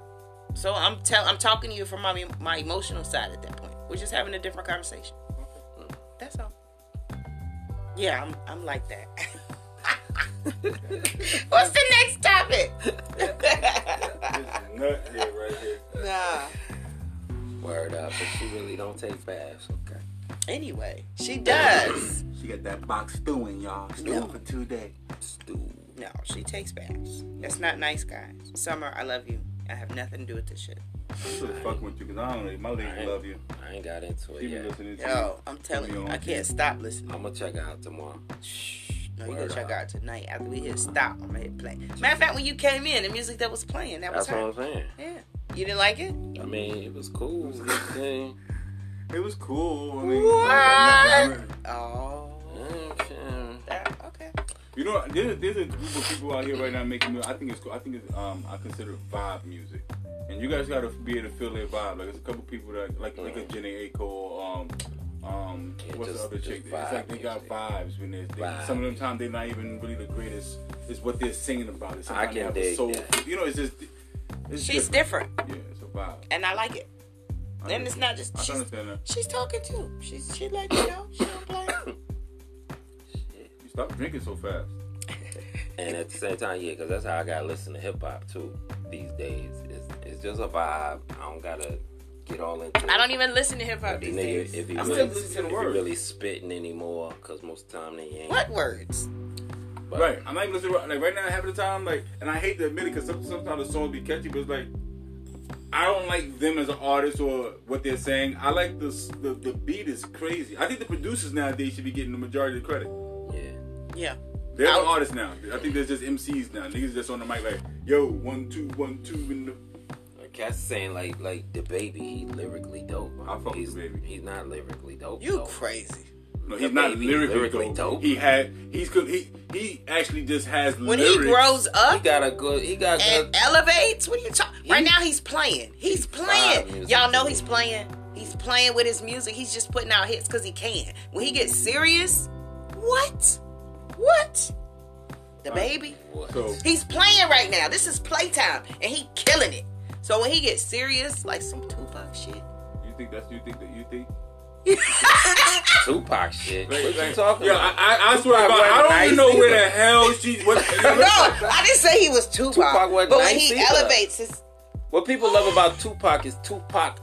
S2: So I'm tell I'm talking to you from my my emotional side at that point. We're just having a different conversation. That's all. Yeah, I'm I'm like that. [laughs] What's the next topic?
S3: This is nut here, right here.
S2: nah.
S1: word up, but she really don't take baths. Okay.
S2: [laughs] Anyway, she does.
S3: She got that box stewing, y'all.
S2: Stewing No. for
S3: two days.
S1: Stu.
S2: No, she takes baths. That's not nice, guys. Summer, I love you. I have nothing to do with this shit.
S3: Should fuck with you, cause I don't. know, My lady
S1: Alright.
S3: love you.
S1: I ain't got into it
S3: She be
S1: yet.
S3: listening to
S2: Yo, I'm telling you, I can't stop listening.
S1: I'm gonna check it out tomorrow.
S2: No, you
S1: Word
S2: gotta check
S1: up.
S2: out tonight after we hit stop. I'm gonna hit play. Matter of fact, when you came in, the music that was playing, that was
S1: That's what
S2: her.
S1: I'm saying.
S2: Yeah. You didn't like it?
S1: I mean, it was cool. It was a good thing.
S3: It was cool. I mean,
S2: What? Oh.
S1: Mm, shit.
S2: That, okay.
S3: You know, there's, there's a group of people out here right now making music. I think it's cool. I think it's um, I consider it vibe music, and you guys gotta be able to feel their vibe. Like there's a couple people that like like a Jenny Aiko, or, um, um,
S1: Yeah,
S3: what's
S1: just-
S3: the other
S1: just
S3: chick? It's like
S1: vibe
S3: they got
S1: music.
S3: vibes when they're they,
S1: Vibe
S3: some of them times they're not even really the greatest. It's what they're singing about. It's sometimes
S1: I
S3: they
S1: can
S3: have a
S1: dig
S3: soul.
S1: that.
S3: You know, it's just it's
S2: She's
S3: different.
S2: different,
S3: Yeah, it's a vibe.
S2: and I like it.
S3: I
S2: And it's not just
S3: I
S2: she's,
S3: understand that.
S2: she's talking too. She's she like you know she don't play.
S1: [coughs]
S3: You stop drinking so fast.
S1: And at the same time, yeah, because that's how I gotta listen to hip hop too these days. It's, it's just a vibe. I don't gotta get all into it.
S2: I don't even listen to hip hop
S1: if the
S2: these
S1: nigga,
S2: days.
S1: if he
S3: I
S1: really,
S3: still listen to the
S1: if he
S3: words.
S1: really spitting anymore, because most of the time they ain't.
S2: What words?
S1: But
S3: right. I'm not even listening. Like right now, half of the time, like, and I hate to admit it because sometimes the songs be catchy, but it's like I don't like them as an artist or what they're saying. I like the s- the, the beat is crazy. I think the producers nowadays should be getting the majority of the credit.
S1: Yeah.
S2: Yeah.
S3: They're
S2: I
S3: the
S2: would-
S3: artists now. I think there's just MCs now. Niggas just on the mic like, yo, one two one two, and the,
S1: Like Cass is saying like like the baby, he lyrically dope.
S3: I fuck with
S1: he's,
S3: DaBaby.
S1: He's not lyrically dope.
S2: You
S1: though.
S2: crazy.
S3: no,
S1: DaBaby
S3: he's not lyrically, dope. He had he's good. He he actually just has
S2: When
S3: lyrics.
S2: he grows
S1: he
S2: up
S1: got a good. He got
S2: and
S1: good.
S2: elevates, what are you talking? Right
S1: He-
S2: now he's playing. He's
S1: Five
S2: playing.
S1: music.
S2: Y'all know he's playing. He's playing with his music. He's just putting out hits because he can. When he gets serious, what? What? The baby?
S1: What?
S3: So
S2: He's playing right now. This is playtime, and he killing it. So when he gets serious, like some Tupac shit,
S3: you think that's you think that you think.
S1: Tupac shit.
S3: Like,
S1: what you
S3: like,
S1: talking
S3: yeah,
S1: about?
S3: I, I, I swear to God, I don't
S1: Nice
S3: even know where the
S1: either.
S3: hell she. What,
S2: [laughs] no, I didn't say he was Tupac.
S1: Tupac
S2: but
S1: wasn't
S2: when
S1: nice
S2: he
S1: either.
S2: elevates his,
S1: what people love about Tupac is Tupac,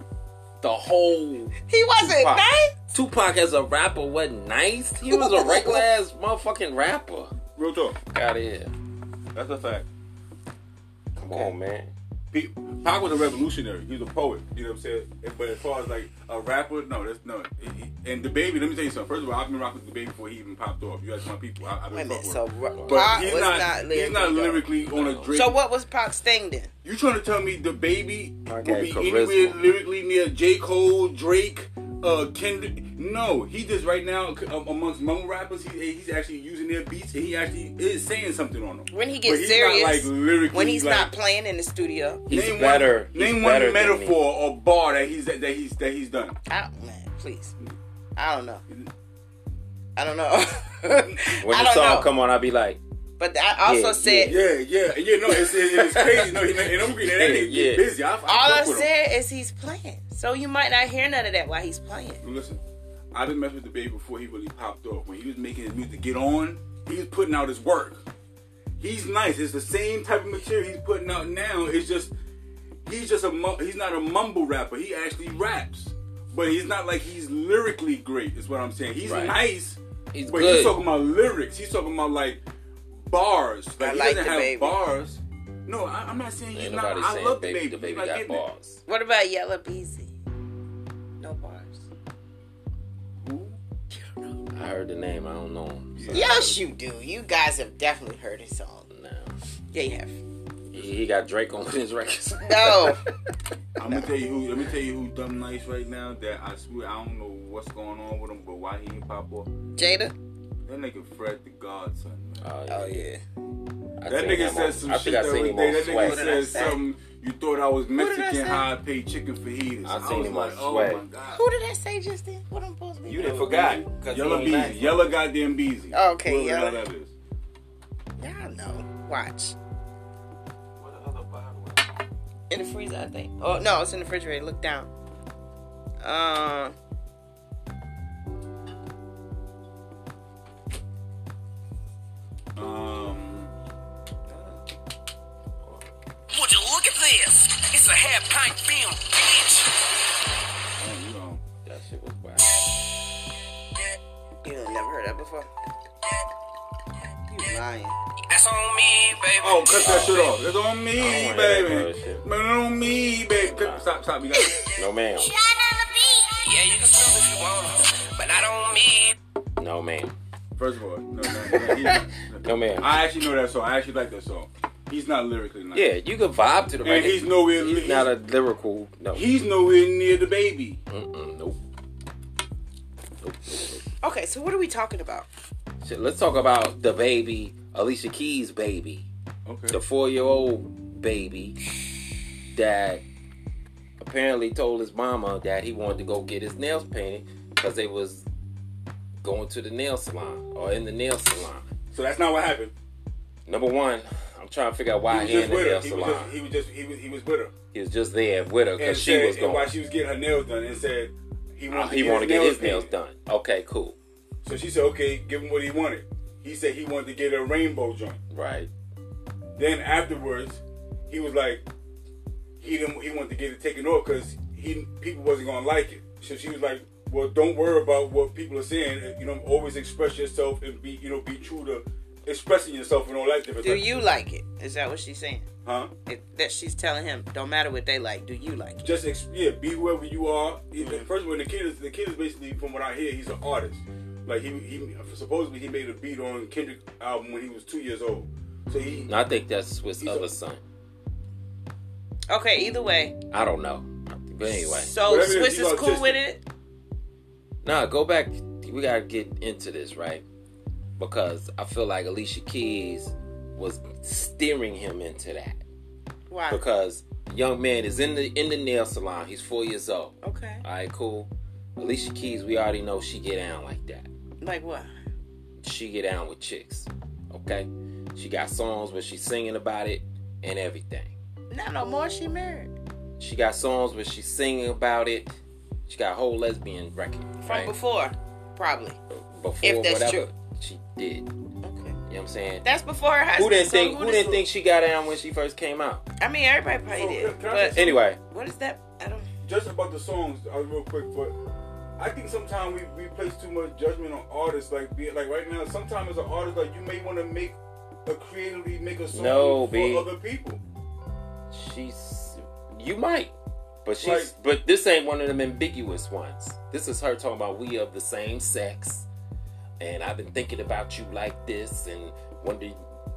S1: the whole.
S2: he wasn't
S1: Tupac.
S2: nice.
S1: Tupac as a rapper wasn't nice. He was a regular ass motherfucking rapper.
S3: Real talk,
S1: Got here.
S3: that's a fact.
S1: Come on, man.
S3: P- Pac was a revolutionary. He was a poet. You know what I'm saying? And- But as far as like a rapper, no, that's no. He- he- And the baby, let me tell you something. First of all, I've been rocking with the baby before he even popped off. You ask my people, I, I've
S2: Wait a
S3: been
S2: minute.
S3: fucking
S2: So
S3: with him.
S2: Pac
S3: But he's
S2: was
S3: not,
S2: not,
S3: he's
S2: lyrically
S3: not
S2: dope.
S3: lyrically on a
S1: No.
S3: Drake.
S2: So what was Pac's thing then?
S3: You trying to tell me the baby
S1: Okay,
S3: will be
S1: charisma.
S3: anywhere lyrically near J. Cole, Drake, uh, Kendrick? No, he just right now c- um, amongst mumble rappers, he, he's actually using their beats and he actually is saying something on them.
S2: When he
S3: But
S2: gets
S3: he's
S2: serious,
S3: not, like lyrically,
S2: when he's
S3: like,
S2: not playing in the studio,
S1: He's
S3: name
S1: better.
S3: One, name
S1: he's
S3: one
S1: better than me.
S3: metaphor or bar that he's that, that he's that he's done.
S2: I don't, man, please, I don't know. I don't know. [laughs] when
S1: When
S2: I
S1: the
S2: don't
S1: song
S2: know.
S1: come on, I'll be like,
S2: but I also
S1: Yeah,
S2: said
S3: Yeah, yeah, yeah. No, it's, it- it's crazy. No, he- and I'm agreeing. That
S1: Yeah,
S3: nigga
S1: yeah.
S3: get busy. I, I
S2: all
S3: fuck
S2: I
S3: with him.
S2: said is he's playing. So you might not hear none of that while he's playing.
S3: Listen, I've been messing with the baby before he really popped off. When he was making his music get on, he was putting out his work. He's nice. It's the same type of material he's putting out now. It's just he's just a mu- he's not a mumble rapper. He actually raps, but he's not like he's lyrically great. Is what I'm saying. He's
S1: Right.
S3: nice.
S1: He's
S3: but
S1: good.
S3: he's talking about lyrics. He's talking about like bars. Like,
S2: I
S3: he
S2: like
S3: doesn't
S2: the
S3: have
S2: Baby.
S3: bars. No, I, I'm not saying he's
S1: ain't
S3: not.
S1: nobody
S3: I
S1: saying
S3: love
S1: baby, the
S3: the baby. He's
S1: baby
S3: not
S1: got
S3: getting it.
S1: bars.
S2: What about Yellow Beezy? No bars.
S3: Who?
S1: I heard the name. I don't know him. So,
S2: Yes, you do. You guys have definitely heard his song.
S1: nah.
S2: Yeah, you have.
S1: He, he got Drake on [laughs] his
S3: Oh,
S1: records.
S2: [laughs] No.
S3: I'm gonna tell you who. Let me tell you who dumb nice right now. That I swear I don't know what's going on with him, but why he ain't pop up?
S2: Jada?
S3: That nigga Fred the Godson. Man.
S1: Oh, yeah.
S2: Oh, yeah.
S1: I
S3: That
S1: seen
S3: nigga
S1: him on-
S3: said some
S1: I
S3: shit
S1: think I
S3: that
S1: seen
S3: was
S1: him
S3: day.
S1: on
S3: That nigga
S1: Swag.
S2: What did I
S3: said
S2: say?
S3: something. You thought I was
S2: did I
S3: Mexican?
S2: say?
S3: How I paid chicken fajitas.
S1: I seen
S3: was
S1: him on
S3: like, oh
S1: Swag.
S3: my god.
S2: Who did I say just then? What I'm supposed to be
S4: You
S2: doing?
S4: done forgot. 'cause
S3: Yellow
S4: he ain't
S3: Beezy,
S4: nice.
S3: yellow goddamn Beezy.
S2: Oh, Okay,
S3: Whoever the
S2: yellow.
S3: hell that is.
S2: Y'all know. Watch.
S4: What the other bar was?
S2: In the freezer, I think. Oh, no, it's in the refrigerator. Look down. Um.
S3: Um,
S5: Would you look at this? It's a half pint film, bitch.
S3: man, you know,
S1: That shit was wild.
S2: You done never heard that before? You lying.
S5: That's on me, baby.
S3: Oh, cut that shit off. It's on me,
S1: I don't wanna hear that
S3: baby.
S1: bullshit.
S3: Man, it's on me, baby. Cut- Stop, stop. You got it.
S1: No, ma'am.
S5: Yeah, you can snoop if you want, but not on me.
S1: No, ma'am.
S3: First of all, no, no,
S1: [laughs]
S3: no, he-
S1: No, ma'am.
S3: I actually know that song. I actually like that song. He's not lyrically nice.
S1: Yeah, you can vibe to the
S3: And
S1: record.
S3: he's nowhere. He's,
S1: He's not a lyrical. No.
S3: he's nowhere near the baby.
S1: Mm-mm, nope. Nope. nope,
S2: Okay, so what are we talking about?
S1: nope. Shit, let's talk about the baby, Alicia Keys' baby,
S3: Okay.
S1: the four-year-old baby that apparently told his mama that he wanted to go get his nails painted because they was going to the nail salon or in the nail salon.
S3: So that's not what happened.
S1: Number one, I'm trying to figure out
S3: He
S1: why
S3: was
S1: he in
S3: just
S1: the
S3: with her.
S1: nail
S3: He was just,
S1: salon.
S3: he was just he was he was with her.
S1: He was just there with her
S3: And
S1: because she
S3: said-
S1: was
S3: and while
S1: going.
S3: she was getting her nails done, and said Uh, he wanted to
S1: He
S3: get
S1: wanted to get his nails
S3: painted.
S1: done. Okay, cool.
S3: So she said, okay, give him what he wanted. He said he wanted to get a rainbow joint.
S1: Right.
S3: Then afterwards, he was like, he didn't. He wanted to get it taken off because he he people wasn't gonna like it. So she was like, "Well, don't worry about what people are saying. You know, always express yourself and be you know be true to expressing yourself and all that different
S2: Do
S3: stuff."
S2: you like it? Is that what she's saying?
S3: Huh?
S2: If, that she's telling him, don't matter what they like. Do you like it?
S3: Just ex- yeah, be whoever you are. He- First of all, the kid is the kid is basically from what I hear, he's an artist. Like he he supposedly he made a beat on Kendrick album when he was two years old. So he
S1: I think that's Swiss
S3: He's a-
S1: other son.
S2: Okay, either way.
S1: I don't know. But anyway,
S2: So
S3: Whatever it is,
S2: Swiss
S3: you
S2: is cool
S3: autistic.
S2: with it.
S1: nah, go back. We gotta get into this right because I feel like Alicia Keys was steering him into that
S2: Why?
S1: because young man is in the in the nail salon. He's four years old.
S2: okay.
S1: All right, cool. Alicia Keys, we already know she get down like that.
S2: Like what?
S1: she get down with chicks. Okay? She got songs where she's singing about it and everything.
S2: Not no more. She married
S1: She got songs where she's singing about it. She got a whole lesbian record.
S2: from
S1: right?
S2: before, probably.
S1: Before
S2: if that's
S1: whatever
S2: true.
S1: she did. You know
S2: Okay.
S1: what I'm saying?
S2: That's before her husband.
S1: who didn't
S2: so
S1: think who
S2: does-
S1: didn't think she got down when she first came out?
S2: I mean, everybody probably
S3: So,
S2: did.
S3: can I just-
S2: But
S1: Anyway,
S2: what is that? I don't.
S3: just about the songs, I was real quick, but I think sometimes we, we place too much judgment on artists. Like be, like right now, sometimes as an artist, like you may want to make a creatively make a song
S1: No,
S3: for
S1: B.
S3: other people.
S1: she's you might. But she's
S3: Like-
S1: but this ain't one of them ambiguous ones. This is her talking about we of the same sex and I've been thinking about you like this and wonder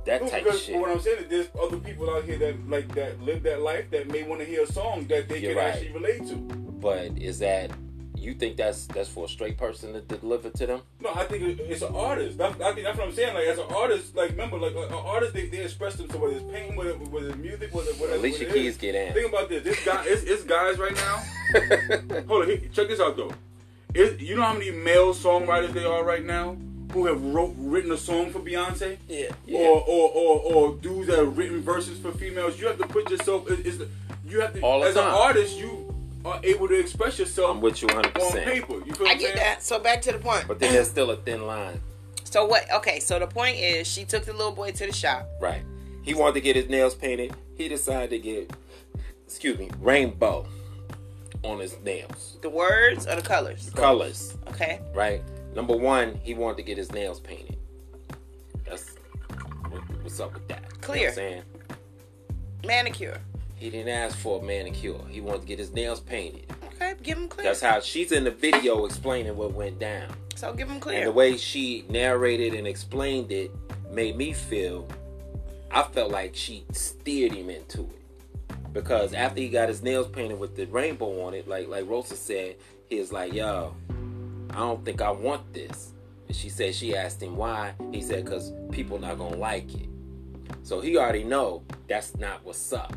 S1: that
S3: No,
S1: type of
S3: because
S1: shit.
S3: what I'm saying is there's other people out here that like that live that life that may want to hear a song that they
S1: You're
S3: can
S1: right.
S3: actually relate to.
S1: But is that you think that's that's for a straight person to deliver to them?
S3: No, I think it- it's an artist. That, I think that's what I'm saying. Like as an artist, like remember, like an artist, they, they express themselves. Whether it's painting, whether, whether it's music, whether whether
S1: Alicia
S3: whether it
S1: Keys
S3: is.
S1: get in.
S3: Think about this. This guy, it's, it's guys
S1: [laughs]
S3: right now. Hold on, here- check this out though. It, you know how many male songwriters they are right now who have wrote written a song for Beyonce?
S1: Yeah.
S3: Or, or or or dudes that have written verses for females. You have to put yourself. It, it's, you have to
S1: All the
S3: as an
S1: time.
S3: artist. You are able to express yourself.
S1: I'm with you 100.
S3: on
S1: percent
S3: paper. You feel what
S2: I
S3: I'm saying?
S2: get that. So back to the point.
S1: But then there's still a thin line,
S2: so what? Okay. So the point is, she took the little boy to the shop.
S1: right? He wanted to get his nails painted. He decided to get, excuse me, rainbow on his nails,
S2: The words or the colors?
S1: colors,
S2: Okay.
S1: right? Number one, he wanted to get his nails painted. That's what- what's up with that. You know what
S2: Clear.
S1: I'm saying
S2: Manicure.
S1: he didn't ask for a manicure. He wanted to get his nails painted.
S2: Okay. Give him clear.
S1: That's how she's in the video explaining what went down.
S2: so give him
S1: And
S2: clear.
S1: the way she narrated and explained it made me feel, I felt like she steered him into it. Because after he got his nails painted with the rainbow on it, like like Rosa said, he was like, "Yo, I don't think I want this." And she said she asked him why. He said, "Cause people not gonna like it." So he already know that's not what's up.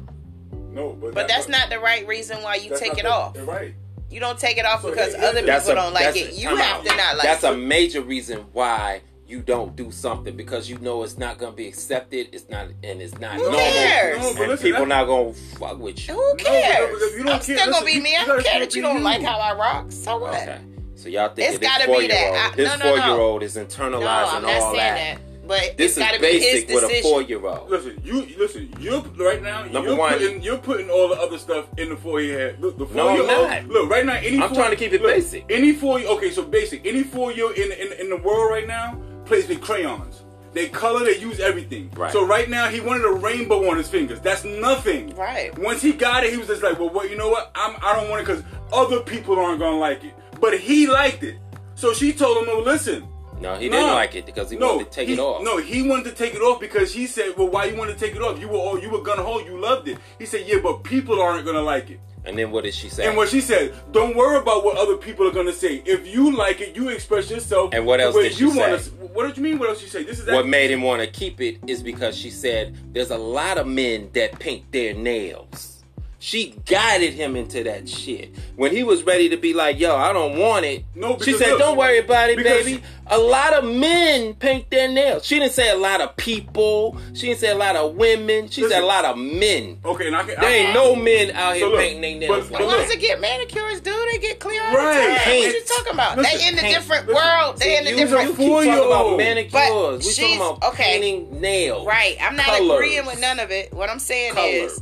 S3: No, but,
S2: but
S3: that-
S2: that's not the right reason why you
S3: that's
S2: take
S3: not
S2: it
S3: the-
S2: off.
S3: Right.
S2: You don't take it off
S3: So
S2: because
S3: it-
S2: other
S3: that's
S2: people don't like it. You
S1: time
S2: have
S1: out.
S2: to not like
S1: That's
S2: it.
S1: a major reason why you don't do something because you know it's not gonna be accepted. It's not and it's not
S2: Who
S1: normal.
S2: cares?
S3: No, but
S1: and
S3: listen,
S1: people
S3: that-
S1: not gonna fuck with you.
S2: Who cares?
S3: but if you
S2: I'm
S3: don't care-
S2: still
S3: listen,
S2: gonna be
S3: you-
S2: me.
S3: you
S2: I
S3: gotta
S2: don't care
S3: still
S2: that you
S3: be
S2: don't
S3: you.
S2: like how I rock. So what?
S1: Okay. So y'all
S2: It's
S1: think this
S2: gotta be
S1: four
S2: that.
S1: year
S2: I-
S1: old, this
S2: no, no,
S1: four
S2: no.
S1: year old is
S2: No,
S1: internalizing
S2: I'm not
S1: all
S2: saying that.
S1: that.
S2: But
S1: This is
S2: it's gotta be his
S1: basic with a
S2: decision.
S1: four year old.
S3: Listen, you listen. You right now.
S1: Number
S3: you're
S1: one.
S3: putting, you're putting all the other stuff in the forehead. Look, the
S1: No,
S3: four
S1: I'm
S3: year
S1: not.
S3: old. Look, right now, any
S1: I'm
S3: four-
S1: trying to keep it
S3: look,
S1: basic.
S3: Any four year, okay, so basic. Any four year in, in in the world right now plays with crayons. They color, they use everything.
S1: Right.
S3: So right now, he wanted a rainbow on his fingers. That's nothing.
S2: Right.
S3: Once he got it, he was just like, well, what? You know what? I'm I don't want it because other people aren't gonna like it. But he liked it. So she told him, well, listen.
S1: No, he didn't
S3: No.
S1: like it because he
S3: No,
S1: wanted to take
S3: he-
S1: it off.
S3: No, he wanted to take it off because he said, "Well, why you want to take it off? You were all you were gonna hold. You loved it." He said, "Yeah, but people aren't gonna like it."
S1: And then what did she say?
S3: And what she said, "Don't worry about what other people are gonna say. If you like it, you express yourself."
S1: And what
S3: the
S1: else
S3: way
S1: did she
S3: you wanna
S1: say?
S3: s- What did you mean? What else she say? This is
S1: what
S3: that-
S1: made him want to keep it is because she said there's a lot of men that paint their nails. She guided him into that shit. When he was ready to be like, yo, I don't want it.
S3: No,
S1: she
S3: because
S1: said,
S3: look,
S1: don't worry about it,
S3: because-
S1: baby. A lot of men paint their nails. She didn't say a lot of people. She didn't say a lot of women. She said
S3: Listen.
S1: a lot of men.
S3: Okay, and I can.
S1: There ain't no men out here
S3: So look,
S1: painting their nails
S3: but-
S1: like
S3: but
S2: Once
S1: that.
S3: look,
S2: they get manicures, dude, they get clear all
S3: Right.
S2: the time. What
S1: Paint.
S2: you talking about? they
S3: Listen,
S2: in a
S1: paint.
S2: different
S3: Listen,
S2: world. They in a
S1: You-
S2: different.
S1: you keep talking about
S3: four-year-old.
S1: manicures.
S2: But
S1: we talking
S2: she's-
S1: about
S2: okay.
S1: painting nails.
S2: Right. I'm not
S1: Colors.
S2: agreeing with none of it. What I'm saying
S1: Colors.
S2: is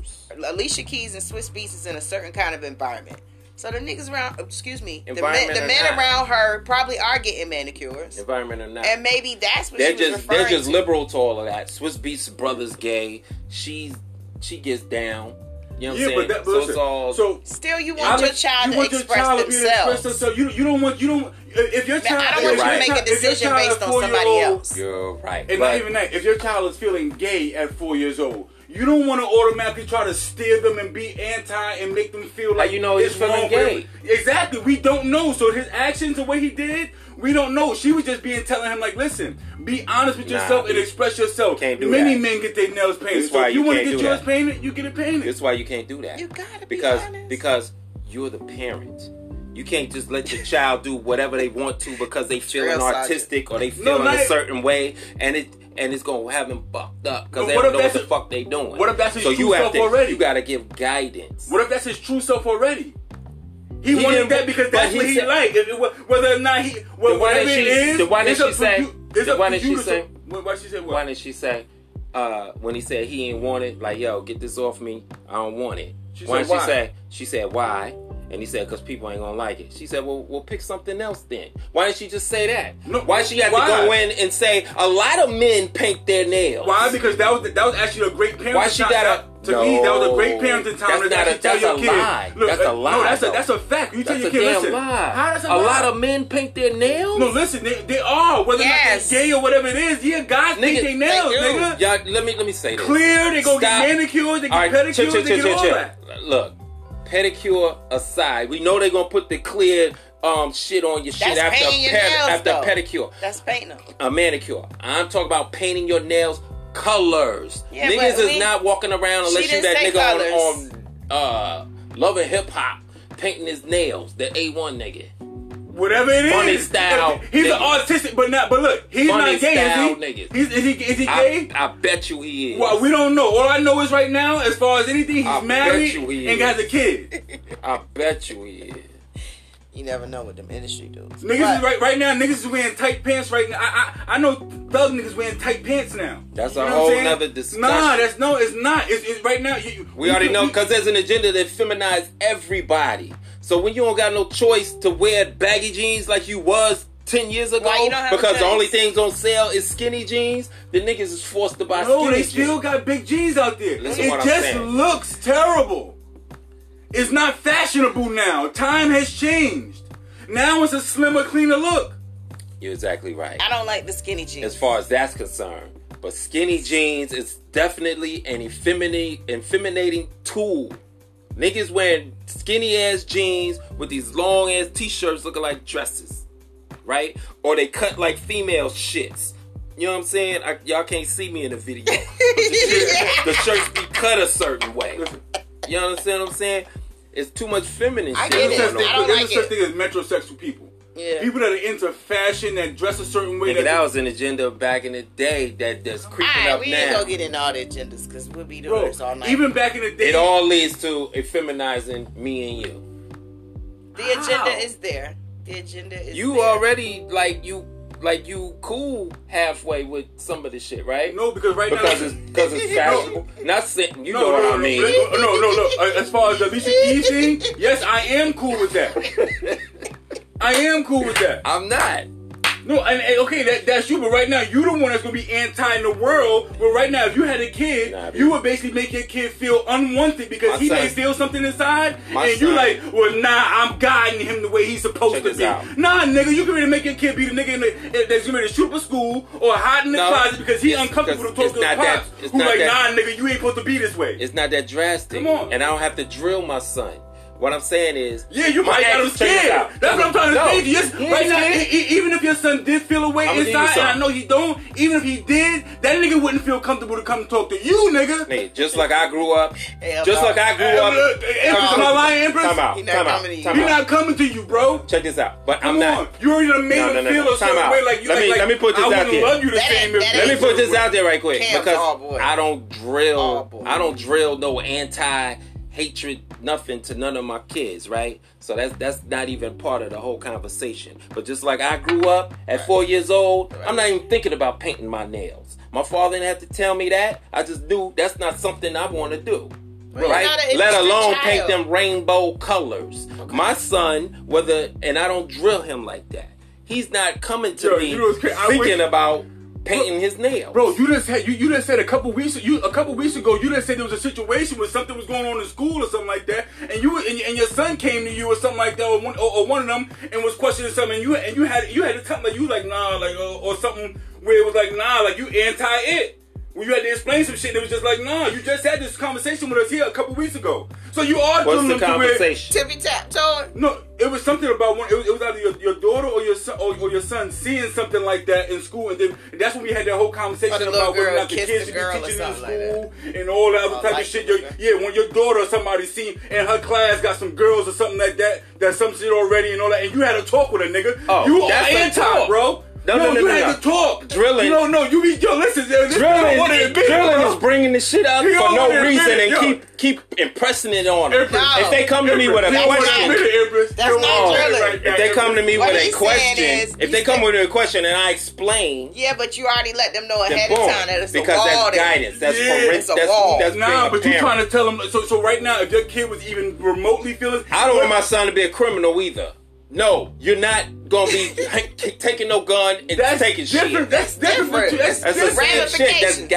S2: Alicia Keys and Swiss Beats is in a certain kind of environment. So the niggas around, oh, excuse me, the men,
S1: Environment
S2: the
S1: or
S2: men
S1: not.
S2: around her probably are getting manicures,
S1: Environment or not.
S2: and maybe that's what
S1: they're
S2: she was
S1: just
S2: referring
S1: they're just
S2: to.
S1: liberal to all of that. Swiss Beats brothers gay. She's she gets down. You know what
S3: yeah,
S1: I'm saying?
S3: but that,
S1: so
S3: but listen,
S1: it's all
S3: so
S2: Still, you
S3: I
S2: want your
S3: let-
S2: child
S3: you
S2: to
S3: want your
S2: express
S3: child to be able to
S2: themselves.
S3: Express themselves. You, you don't want you don't if your
S2: Man,
S3: child.
S2: I
S1: You're
S2: don't want you to
S1: right.
S2: make a
S3: if your
S2: decision
S3: child
S2: based
S3: is
S2: on
S3: four
S2: somebody
S3: year old,
S2: else.
S1: you're right.
S3: And
S1: but,
S3: not even that. If your child is feeling gay at four years old, you don't want to automatically try to steer them and be anti and make them feel like
S1: you know he's
S3: it's
S1: feeling
S3: wrong for
S1: gay?
S3: him. Exactly. We don't know. So his actions, the way he did, we don't know. She was just being telling him like, listen, be honest with
S1: Nah,
S3: yourself and
S1: you
S3: express yourself.
S1: can't do
S3: Many
S1: that.
S3: men get their nails painted.
S1: That's
S3: so
S1: why
S3: if
S1: you
S3: you want to
S1: can't
S3: get
S1: do
S3: yours
S1: that.
S3: painted, you get it painted.
S1: That's why you can't do that.
S2: You gotta be
S1: because
S2: honest.
S1: because you're the parent. You can't just let your child do whatever they want to because they feeling
S2: Real sergeant.
S1: artistic or they
S3: No,
S1: feeling
S3: not
S1: a
S3: it-
S1: certain way, and it and it's gonna have them fucked up because
S3: But
S1: they
S3: what
S1: don't
S3: if
S1: know what the
S3: that's a-
S1: fuck they doing.
S3: what if that's his
S1: so
S3: true
S1: you have
S3: self
S1: to
S3: already?
S1: you gotta give guidance.
S3: What if that's his true self already? He,
S1: He
S3: wanted
S1: didn't-
S3: that because
S1: but
S3: that's
S1: he
S3: what he
S1: said-
S3: liked. If it wa- whether or not he, wh-
S1: Then why
S3: whatever
S1: did
S3: it
S1: she-
S3: is,
S1: then why did
S3: it's up
S1: she
S3: to
S1: say-
S3: you- it's
S1: then
S3: up
S1: why
S3: to
S1: did
S3: you
S1: she
S3: to-
S1: say-
S3: wh- Why she say what?
S1: Why didn't she say uh, when he said he ain't want it? Like yo, get this off me. I don't want it.
S3: She
S1: why didn't
S3: said
S1: she
S3: why?
S1: say? She said why? And he said because people ain't gonna like it. She said, well, we'll pick something else then. Why didn't she just say that?
S3: No,
S1: why she had to
S3: why?
S1: go in and say a lot of men paint their nails?
S3: Why? Because that was that was actually a great parenting.
S1: Why she
S3: time.
S1: gotta-
S3: to me that was a
S1: No.
S3: great parenting time.
S1: That's
S3: to
S1: not a-
S3: actually tell
S1: that's
S3: your
S1: a
S3: kid,
S1: lie.
S3: Look,
S1: That's a
S3: uh,
S1: lie,
S3: No, that's
S1: though.
S3: a that's a fact. You tell
S1: That's
S3: your
S1: a
S3: kid,
S1: damn
S3: listen,
S1: lie.
S3: how that's a,
S1: a
S3: lie?
S1: lot of men paint their nails.
S3: no, listen, they, they are whether
S2: Yes.
S3: or not they're gay or whatever it is. Yeah, guys
S1: nigga,
S3: paint their nails,
S2: they do.
S3: nigga.
S1: Y'all, let me let me say this.
S3: Clear, they go
S1: Stop.
S3: get manicures, they get
S1: All right,
S3: pedicures,
S1: chill, chill,
S3: they
S1: chill,
S3: get all
S1: chill,
S3: that.
S1: chill. Look, pedicure aside, we know they're gonna put the clear um shit on your shit
S2: That's
S1: after
S2: painting your
S1: pedi-
S2: nails,
S1: after
S2: though.
S1: pedicure,
S2: That's painting them.
S1: a manicure. I'm talking about painting your nails colors.
S2: Yeah,
S1: Niggas
S2: but
S1: is
S2: we-
S1: not walking around unless
S2: She
S1: you
S2: didn't
S1: that
S2: say
S1: nigga on, on uh love and hip hop painting his nails. The A1 nigga.
S3: Whatever it is,
S1: Funny style
S3: [laughs] He's an
S1: niggas.
S3: artistic, but not. But look, he's
S1: Funny
S3: not gay,
S1: style
S3: is he?
S1: niggas.
S3: He's, is he? Is he
S1: I,
S3: gay?
S1: I bet you he is.
S3: well, we don't know. All I know is right now, as far as anything, he's
S1: I bet
S3: married
S1: you he
S3: and
S1: is.
S3: has a kid.
S1: I bet you he is.
S2: You never know what them industry dudes.
S3: Niggas
S2: But-
S3: is right right now. Niggas is wearing tight pants right now. I I, I know thug niggas wearing tight pants now.
S1: That's
S3: You
S1: a
S3: know
S1: whole
S3: what I'm saying?
S1: nother discussion.
S3: Nah, that's no, it's not. It's, it's right now. You, you-
S1: We already
S3: can-
S1: know
S3: we-
S1: because there's an agenda that feminize everybody. So when you don't got no choice to wear baggy jeans like you was ten years ago,
S2: Why you don't have a
S1: because the
S2: choice?
S1: only things on sale is skinny jeans, the niggas is forced to buy
S3: no,
S1: skinny
S3: they still
S1: jeans.
S3: got big jeans out there.
S1: Listen
S3: it
S1: what I'm
S3: just
S1: saying.
S3: looks terrible. It's not fashionable now. Time has changed. Now it's a slimmer, cleaner look.
S1: You're exactly right.
S2: I don't like the skinny jeans.
S1: As far as that's concerned, but skinny jeans is definitely an effeminate, effeminating tool. Niggas wearing skinny ass jeans with these long ass t-shirts looking like dresses. right? Or they cut like female shits. You know what I'm saying? I, y'all can't see me in the
S2: [laughs]
S1: video. But the, shirt, the shirts be cut a certain way. You understand what I'm saying? It's too much feminine
S2: I
S1: shit.
S2: get it.
S3: There's
S1: going
S3: a
S2: I don't
S1: on.
S3: such
S2: like it.
S3: thing as metrosexual people.
S2: [laughs] Yeah.
S3: [laughs] People that are into fashion that dress a certain way.
S1: Nigga, that
S3: that
S1: was an agenda back in the day that, that's creeping
S2: Alright,
S1: up
S2: we ain't
S1: now.
S2: gonna get in all the agendas because we'll be doing
S3: bro,
S2: this all night.
S3: even back in the day,
S1: it all leads to effeminizing me and you.
S2: the agenda
S3: How?
S2: is there. The agenda is
S1: You
S2: there.
S1: already like you like you cool halfway with some of the shit, right?
S3: no, because right
S1: because
S3: now
S1: it's because
S3: [laughs]
S1: it's fashionable. Not saying you
S3: No,
S1: know
S3: no,
S1: what
S3: no,
S1: I mean.
S3: No, no, no, no. Uh, As far as the Alicia Keys thing, yes, I am cool with that. I am cool with that.
S1: I'm not.
S3: No, and, and okay, that, that's you. But right now, you the one that's gonna be anti in the world. But right now, if you had a kid,
S1: Nah,
S3: you would basically make your kid feel unwanted because
S1: My
S3: he
S1: son-
S3: may feel something inside,
S1: My
S3: and you
S1: son-
S3: like, well, nah, I'm guiding him the way he's supposed
S1: Check
S3: to
S1: this
S3: be.
S1: out.
S3: Nah, nigga, you can really make your kid be the nigga in the, that's gonna be the shoot for school or hide in the
S1: No,
S3: closet because he's
S1: it's-
S3: uncomfortable to
S1: because
S3: talk
S1: it's
S3: to his
S1: not that-
S3: pops.
S1: it's
S3: Who
S1: not
S3: like,
S1: that-
S3: nah, nigga, you ain't supposed to be this way.
S1: It's not that drastic.
S3: Come on.
S1: And I don't have to drill my son. What I'm saying is, [laughs]
S3: Yeah, you
S1: my
S3: might got him
S1: ex- check this
S3: scared.
S1: out.
S3: That's what I'm trying to
S1: No.
S3: say. Yes,
S1: Yeah,
S3: right now,
S1: yeah.
S3: e- e- even if your son did feel a way
S1: I'ma give you
S3: inside, and I
S1: something.
S3: know he don't, even if he did, that nigga wouldn't feel comfortable to come talk to you, nigga.
S1: Nigga, just like I grew up,
S2: Hell
S1: just
S2: no.
S1: like I grew
S3: Hey,
S1: up.
S3: look, Empress,
S1: Come
S3: am I
S1: out.
S3: lying, Empress?
S1: Time out.
S2: He not
S1: Time out.
S2: coming to you.
S1: Time
S3: He
S1: out.
S3: not coming to you, bro.
S1: Check this out. But
S3: Come
S1: I'm not.
S3: on. You already done made
S1: No,
S3: him
S1: no, no,
S3: feel
S1: no.
S3: a certain
S1: Time out.
S3: way like you
S1: Let
S3: like,
S1: me-
S3: like,
S1: let me put this
S3: I
S1: out
S3: wouldn't
S1: there.
S3: love you the
S2: That
S3: same
S2: ain't-
S3: if
S2: that
S1: Let me
S2: ain't-
S1: put this out there right quick
S2: Cam's all
S1: because
S2: boy.
S1: I don't
S2: All
S1: drill.
S2: boy.
S1: I don't drill no anti hatred nothing to none of my kids, right? So that's that's not even part of the whole conversation. But just like I grew up at four years old, I'm not even thinking about painting my nails. My father didn't have to tell me that. I just knew that's not something I want to do.
S2: it's
S1: right?
S2: not a- it's
S1: Let
S2: just a
S1: alone
S2: child.
S1: paint them rainbow colors. My son, whether and I don't drill him like that. He's not coming to
S3: Yo,
S1: me
S3: you know what's cra- I wish-
S1: thinking about painting his nails.
S3: Bro, you just had you, you just said a couple weeks you a couple weeks ago you just said there was a situation where something was going on in school or something like that, and you and, and your son came to you or something like that or one or, or one of them and was questioning something and you and you had you had to tell like you like nah like uh, or something where it was like nah like you anti it when you had to explain some shit that was just like nah you just had this conversation with us here a couple weeks ago so you are
S1: What's
S3: telling
S1: the
S3: them to where-
S1: conversation?
S2: Tippy tap toe.
S3: no, it was something about one. It was, it was either your, your daughter or your son or, or your son seeing something like that in school, and then and that's when we had that whole
S2: Or
S3: conversation
S2: the little
S3: about whether or
S2: girl
S3: not the
S2: kissed
S3: kids
S2: the
S3: should be
S2: girl or
S3: teaching in
S2: something like
S3: school and all that other
S2: Oh,
S3: type
S2: like
S3: of shit.
S2: the
S3: Your,
S2: girl.
S3: yeah, when your daughter or somebody seen and her class got some girls or something like that, that some shit already and all that, and you had to talk with a nigga.
S1: Oh,
S3: you
S1: that's
S3: are
S1: the
S3: anti,
S1: talk.
S3: bro.
S1: No, no, no,
S3: you
S1: no,
S3: had
S1: no.
S3: to talk.
S1: Drilling.
S3: You don't know. You be yo. Listen, this is what
S1: Drilling,
S3: it be,
S1: drilling
S3: bro.
S1: is bringing the shit out
S3: You
S1: for
S3: don't wanna
S1: no
S3: admit
S1: reason
S3: it,
S1: and
S3: yo.
S1: keep keep impressing it on them.
S3: Empress.
S2: No.
S1: If they come to me with a
S3: Empress, you don't wanna
S1: question,
S3: admit it, Empress.
S2: That's
S3: You don't
S2: not
S3: wanna admit it
S2: drilling.
S3: right now,
S1: if they come to
S3: Empress.
S1: me
S2: What
S1: with a
S2: he's saying
S1: question,
S2: is-
S1: if they
S2: he's
S1: come
S2: saying-
S1: with a question and I explain,
S2: Yeah, but you already let them know
S1: then
S2: ahead
S1: boom,
S2: of time that it's a
S1: because
S2: wall
S1: that's
S2: there.
S1: guidance. That's
S3: Yeah.
S1: parental.
S2: It's a
S1: That's,
S2: wall.
S1: that's
S3: Nah, but
S1: being
S3: you
S1: a
S3: trying
S1: parent.
S3: to tell them. So, so right now, if your kid was even remotely feeling,
S1: I don't want my son to be a criminal either. No, you're not gonna be
S3: [laughs]
S1: t- taking no gun and
S3: That's
S1: taking
S3: different.
S1: shit.
S3: That's different.
S2: Different.
S3: too. That's,
S1: That's the same
S3: different.
S1: shit. That's
S2: Ramifications.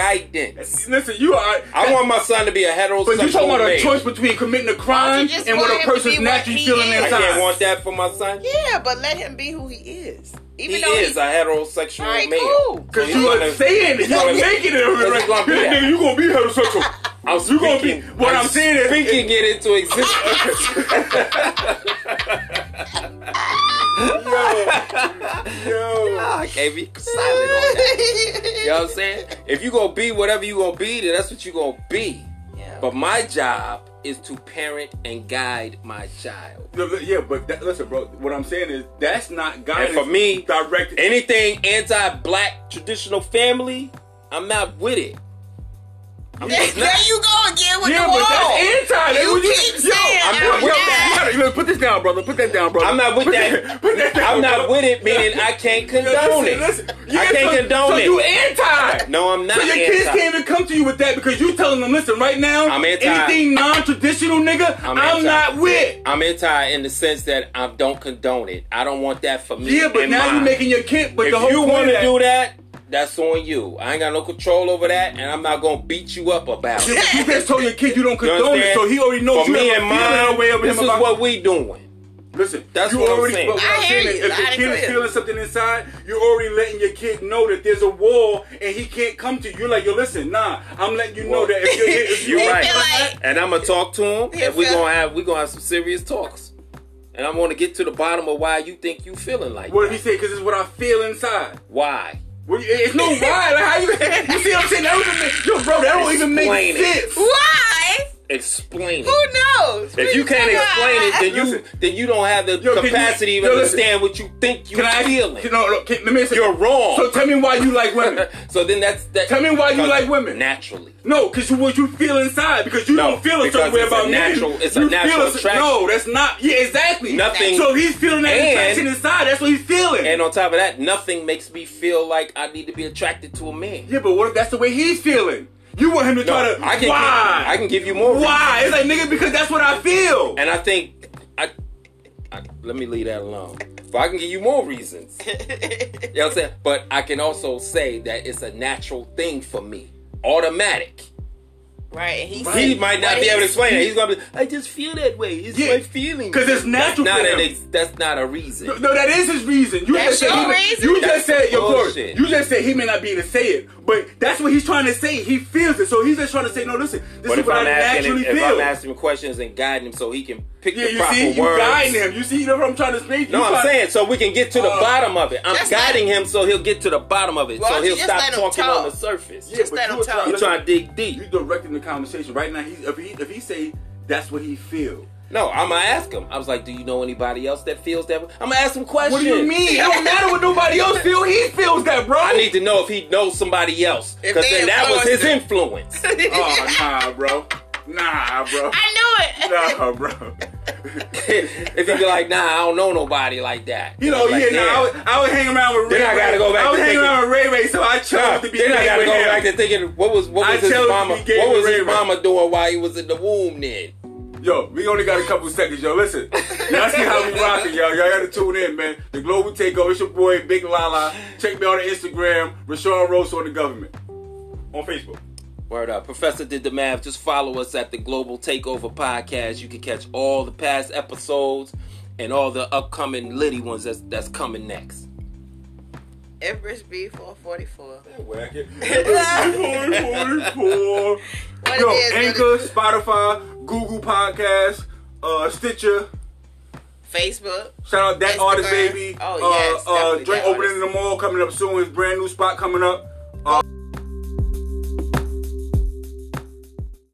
S1: guidance.
S3: Listen, you are.
S1: I want my son to be a heterosexual
S3: But you talking about
S1: man.
S3: a choice between committing a crime
S2: just
S3: and what
S2: want
S3: a
S2: him to
S3: person's
S2: be what
S3: naturally
S2: he
S3: feeling
S2: is?
S1: I
S3: inside.
S1: can't want that for my son.
S2: Yeah, but let him be who he is. Even
S1: he
S2: though
S1: is a
S2: [laughs] he,
S1: heterosexual
S2: All right,
S1: man.
S2: cool.
S1: So
S3: Cause
S1: he's
S3: you
S1: gonna-
S3: are saying it,
S1: he's
S3: you
S1: gonna-
S3: are making it.
S1: It's
S3: Right?
S1: gonna be
S3: This
S1: that.
S3: nigga, [laughs] you gonna be heterosexual.
S1: I'm
S3: You gonna be.
S1: speaking-
S3: What I'm saying is,
S1: speaking it into existence. [laughs]
S3: yo,
S1: I can't be silent on that. You know what I'm saying? If you gonna be whatever you gonna be, then that's what you gonna be.
S2: Yeah.
S1: But my job is to parent and guide my child.
S3: yo, yeah, but that, listen, bro. What I'm saying is, that's not guidance.
S1: for me,
S3: directed.
S1: Anything anti-black traditional family, I'm not with it. I'm just
S2: there
S1: not.
S2: you go again with the
S3: Yeah, but
S2: wall.
S3: that's anti. That's
S2: You
S3: what
S2: keep
S3: yo,
S2: saying
S3: I'm
S1: I'm
S3: not with
S1: not.
S3: that. Look, put this down, brother. Put that down, brother.
S1: I'm not with
S3: put
S1: that.
S3: Put that down.
S1: I'm not
S3: brother.
S1: with it, meaning I can't condone it.
S3: Listen, listen.
S1: I
S3: Yeah,
S1: can't
S3: so,
S1: condone
S3: so
S1: it.
S3: you anti.
S1: No, I'm not
S3: So your kids
S1: anti.
S3: can't even come to you with that because you telling them, listen, right now,
S1: I'm anti.
S3: anything non-traditional, nigga,
S1: I'm
S3: I'm,
S1: anti.
S3: not with.
S1: I'm anti in the sense that I don't condone it. I don't want that for me.
S3: Yeah, but
S1: and
S3: now
S1: mine.
S3: you're making your kid. But
S1: if
S3: the whole
S1: you
S3: point
S1: want
S3: of
S1: to
S3: that,
S1: do that, that's on you. I ain't got no control over that, and I'm not gonna beat you up about
S3: Yeah,
S1: it.
S3: but you just told your kid you don't
S1: You
S3: condone it,
S1: understand?
S3: so he already knows
S1: For
S3: you
S1: me
S3: have
S1: and
S3: a feeling
S1: mine,
S3: away of him
S1: this is
S3: about
S1: what we doing.
S3: Listen,
S1: That's
S3: you
S1: what I'm
S3: already,
S1: saying.
S3: but What
S2: I
S3: I'm
S2: hear
S3: saying
S2: you.
S3: is, if
S2: I
S3: your kid
S2: agree.
S3: is feeling something inside, you're already letting your kid know that there's a wall and he can't come to you. You're like, yo, listen, nah, I'm letting you know
S1: Well,
S3: that if
S1: [laughs]
S3: you're if
S1: You
S3: you
S2: They
S1: right.
S2: feel like-
S1: and I'm gonna talk to him,
S2: They
S1: and we
S2: feel-
S1: gonna have we gonna have some serious talks. And I'm gonna get to the bottom of why you think you feeling like
S3: What
S1: that.
S3: did he say? Because it's what I feel inside.
S1: why?
S3: What you,
S1: [laughs]
S3: it's no why. Like, how you, [laughs] you see what I'm saying? That was yo, bro, that don't even
S1: Explain
S3: make
S1: it.
S3: sense.
S2: Why?
S1: Explain.
S2: Who
S1: it.
S2: knows?
S1: If you can't explain it, then you
S3: Listen.
S1: then you don't have the
S3: Yo, can you-
S1: capacity to
S3: yo, listen.
S1: understand what you think
S3: Can
S1: you're
S3: I
S1: feeling.
S3: No, no, can, let me ask you-
S1: You're wrong.
S3: So tell me why you like women.
S1: [laughs] so then that's that.
S3: Tell me why you
S1: because
S3: like women.
S1: naturally.
S3: No, because you what you feel inside because you
S1: No,
S3: don't feel a
S1: because
S3: certain way
S1: it's a
S3: about me.
S1: natural- it's a
S3: You
S1: natural
S3: feel cer-
S1: attraction.
S3: No, that's not. Yeah, exactly.
S1: Nothing-
S3: So he's feeling that
S1: And-
S3: attraction inside. That's what he's feeling.
S1: And on top of that, nothing makes me feel like I need to be attracted to a man.
S3: yeah, but what if that's the way he's feeling? You want him to
S1: No,
S3: try to
S1: I can
S3: why?
S1: Give, I can give you more.
S3: why? It's like nigga because that's what I feel.
S1: And I think I, I let me leave that alone. But I can give you more
S3: [laughs]
S1: reasons. you know what I'm saying? But I can also say that it's a natural thing for me. Automatic.
S2: [laughs] Right, and he,
S1: He
S2: said-
S1: might not
S2: what
S1: be able to
S2: is-
S1: explain it. He's gonna be I just feel that way. It's
S3: Yeah,
S1: my feeling.
S3: 'cause it's natural
S1: That's not,
S3: for
S1: an
S3: him.
S1: ex- that's not a reason.
S3: no, that is his reason. You
S2: That's
S3: just said,
S2: your
S3: you-
S2: reason?
S3: You
S1: That's
S3: just said your glory.
S1: bullshit.
S3: You just said he may not be able to say it, but that's what he's trying to say. He feels it, so he's just trying to say, no, listen, this
S1: But
S3: is
S1: if
S3: what
S1: I'm
S3: I
S1: asking
S3: naturally
S1: him, if
S3: feel.
S1: I'm asking him questions and guiding him so he can pick
S3: yeah,
S1: the
S3: you
S1: proper
S3: see, you
S1: words.
S3: guiding him. You see, you know what I'm trying to speak.
S1: No,
S3: You
S1: I'm
S3: trying-
S1: saying so we can get to the
S3: Uh,
S1: bottom of it. I'm
S2: that's
S1: guiding him so he'll get to the bottom of it.
S2: Why
S1: so
S2: don't you
S1: he'll
S2: just
S1: stop
S2: let him
S1: talking on
S2: talk?
S1: the surface.
S2: Just
S3: but
S2: let
S3: you
S2: him
S3: were
S2: talk.
S3: trying-
S1: You
S3: listen,
S1: trying to dig deep?
S3: You directing the conversation right now. He's if he if he say that's what he feel.
S1: No, I'm gonna ask him. I was like, "Do you know anybody else that feels that?" way?" I'm gonna ask him questions.
S3: What do you mean? It don't matter what nobody else feel. He feels that, bro.
S1: I
S3: [laughs]
S1: need to know if he knows somebody else,
S2: If
S1: because
S2: they
S1: then that was his
S2: influenced him.
S1: influence. [laughs]
S3: Oh nah, bro. Nah, bro.
S2: [laughs] I knew it.
S3: Nah, bro.
S1: if you be like, nah, I don't know nobody like that.
S3: You know,
S1: Like,
S3: yeah, nah, I, would, I would hang around with Ray
S1: Then I gotta
S3: Ray.
S1: go back
S3: I was
S1: to
S3: hanging
S1: thinking-
S3: around with Ray Ray, so I chose
S1: Nah,
S3: to be
S1: then I
S3: gay
S1: gotta
S3: with
S1: go
S3: him.
S1: back to thinking what was what
S3: I
S1: was his
S3: chose to
S1: mama
S3: be gay
S1: what was
S3: with
S1: his
S3: Ray Ray.
S1: mama doing while he was in the womb then?
S3: Yo, we only got a couple seconds, yo. Listen, y'all see how we rocking, y'all. Y'all gotta tune in, man. The Global Takeover, it's your boy, Big Lala. Check me out on Instagram, Rashawn Rose on the government. On Facebook.
S1: Word up. Professor did the math. Just follow us at the Global Takeover Podcast. You can catch all the past episodes and all the upcoming litty ones that's that's coming next.
S2: Everest B444.
S3: Whack it.
S2: [laughs]
S3: 44.
S2: What
S3: Yo,
S2: it is, what it
S3: Anchor,
S2: is.
S3: Spotify, Google Podcasts, uh, Stitcher.
S2: Facebook.
S3: Shout out that
S2: Instagram.
S3: artist baby.
S2: Oh, yes,
S3: uh, uh,
S2: definitely
S3: drink
S2: That
S3: opening in
S2: Artist.
S3: the mall coming up soon. His brand new spot coming up.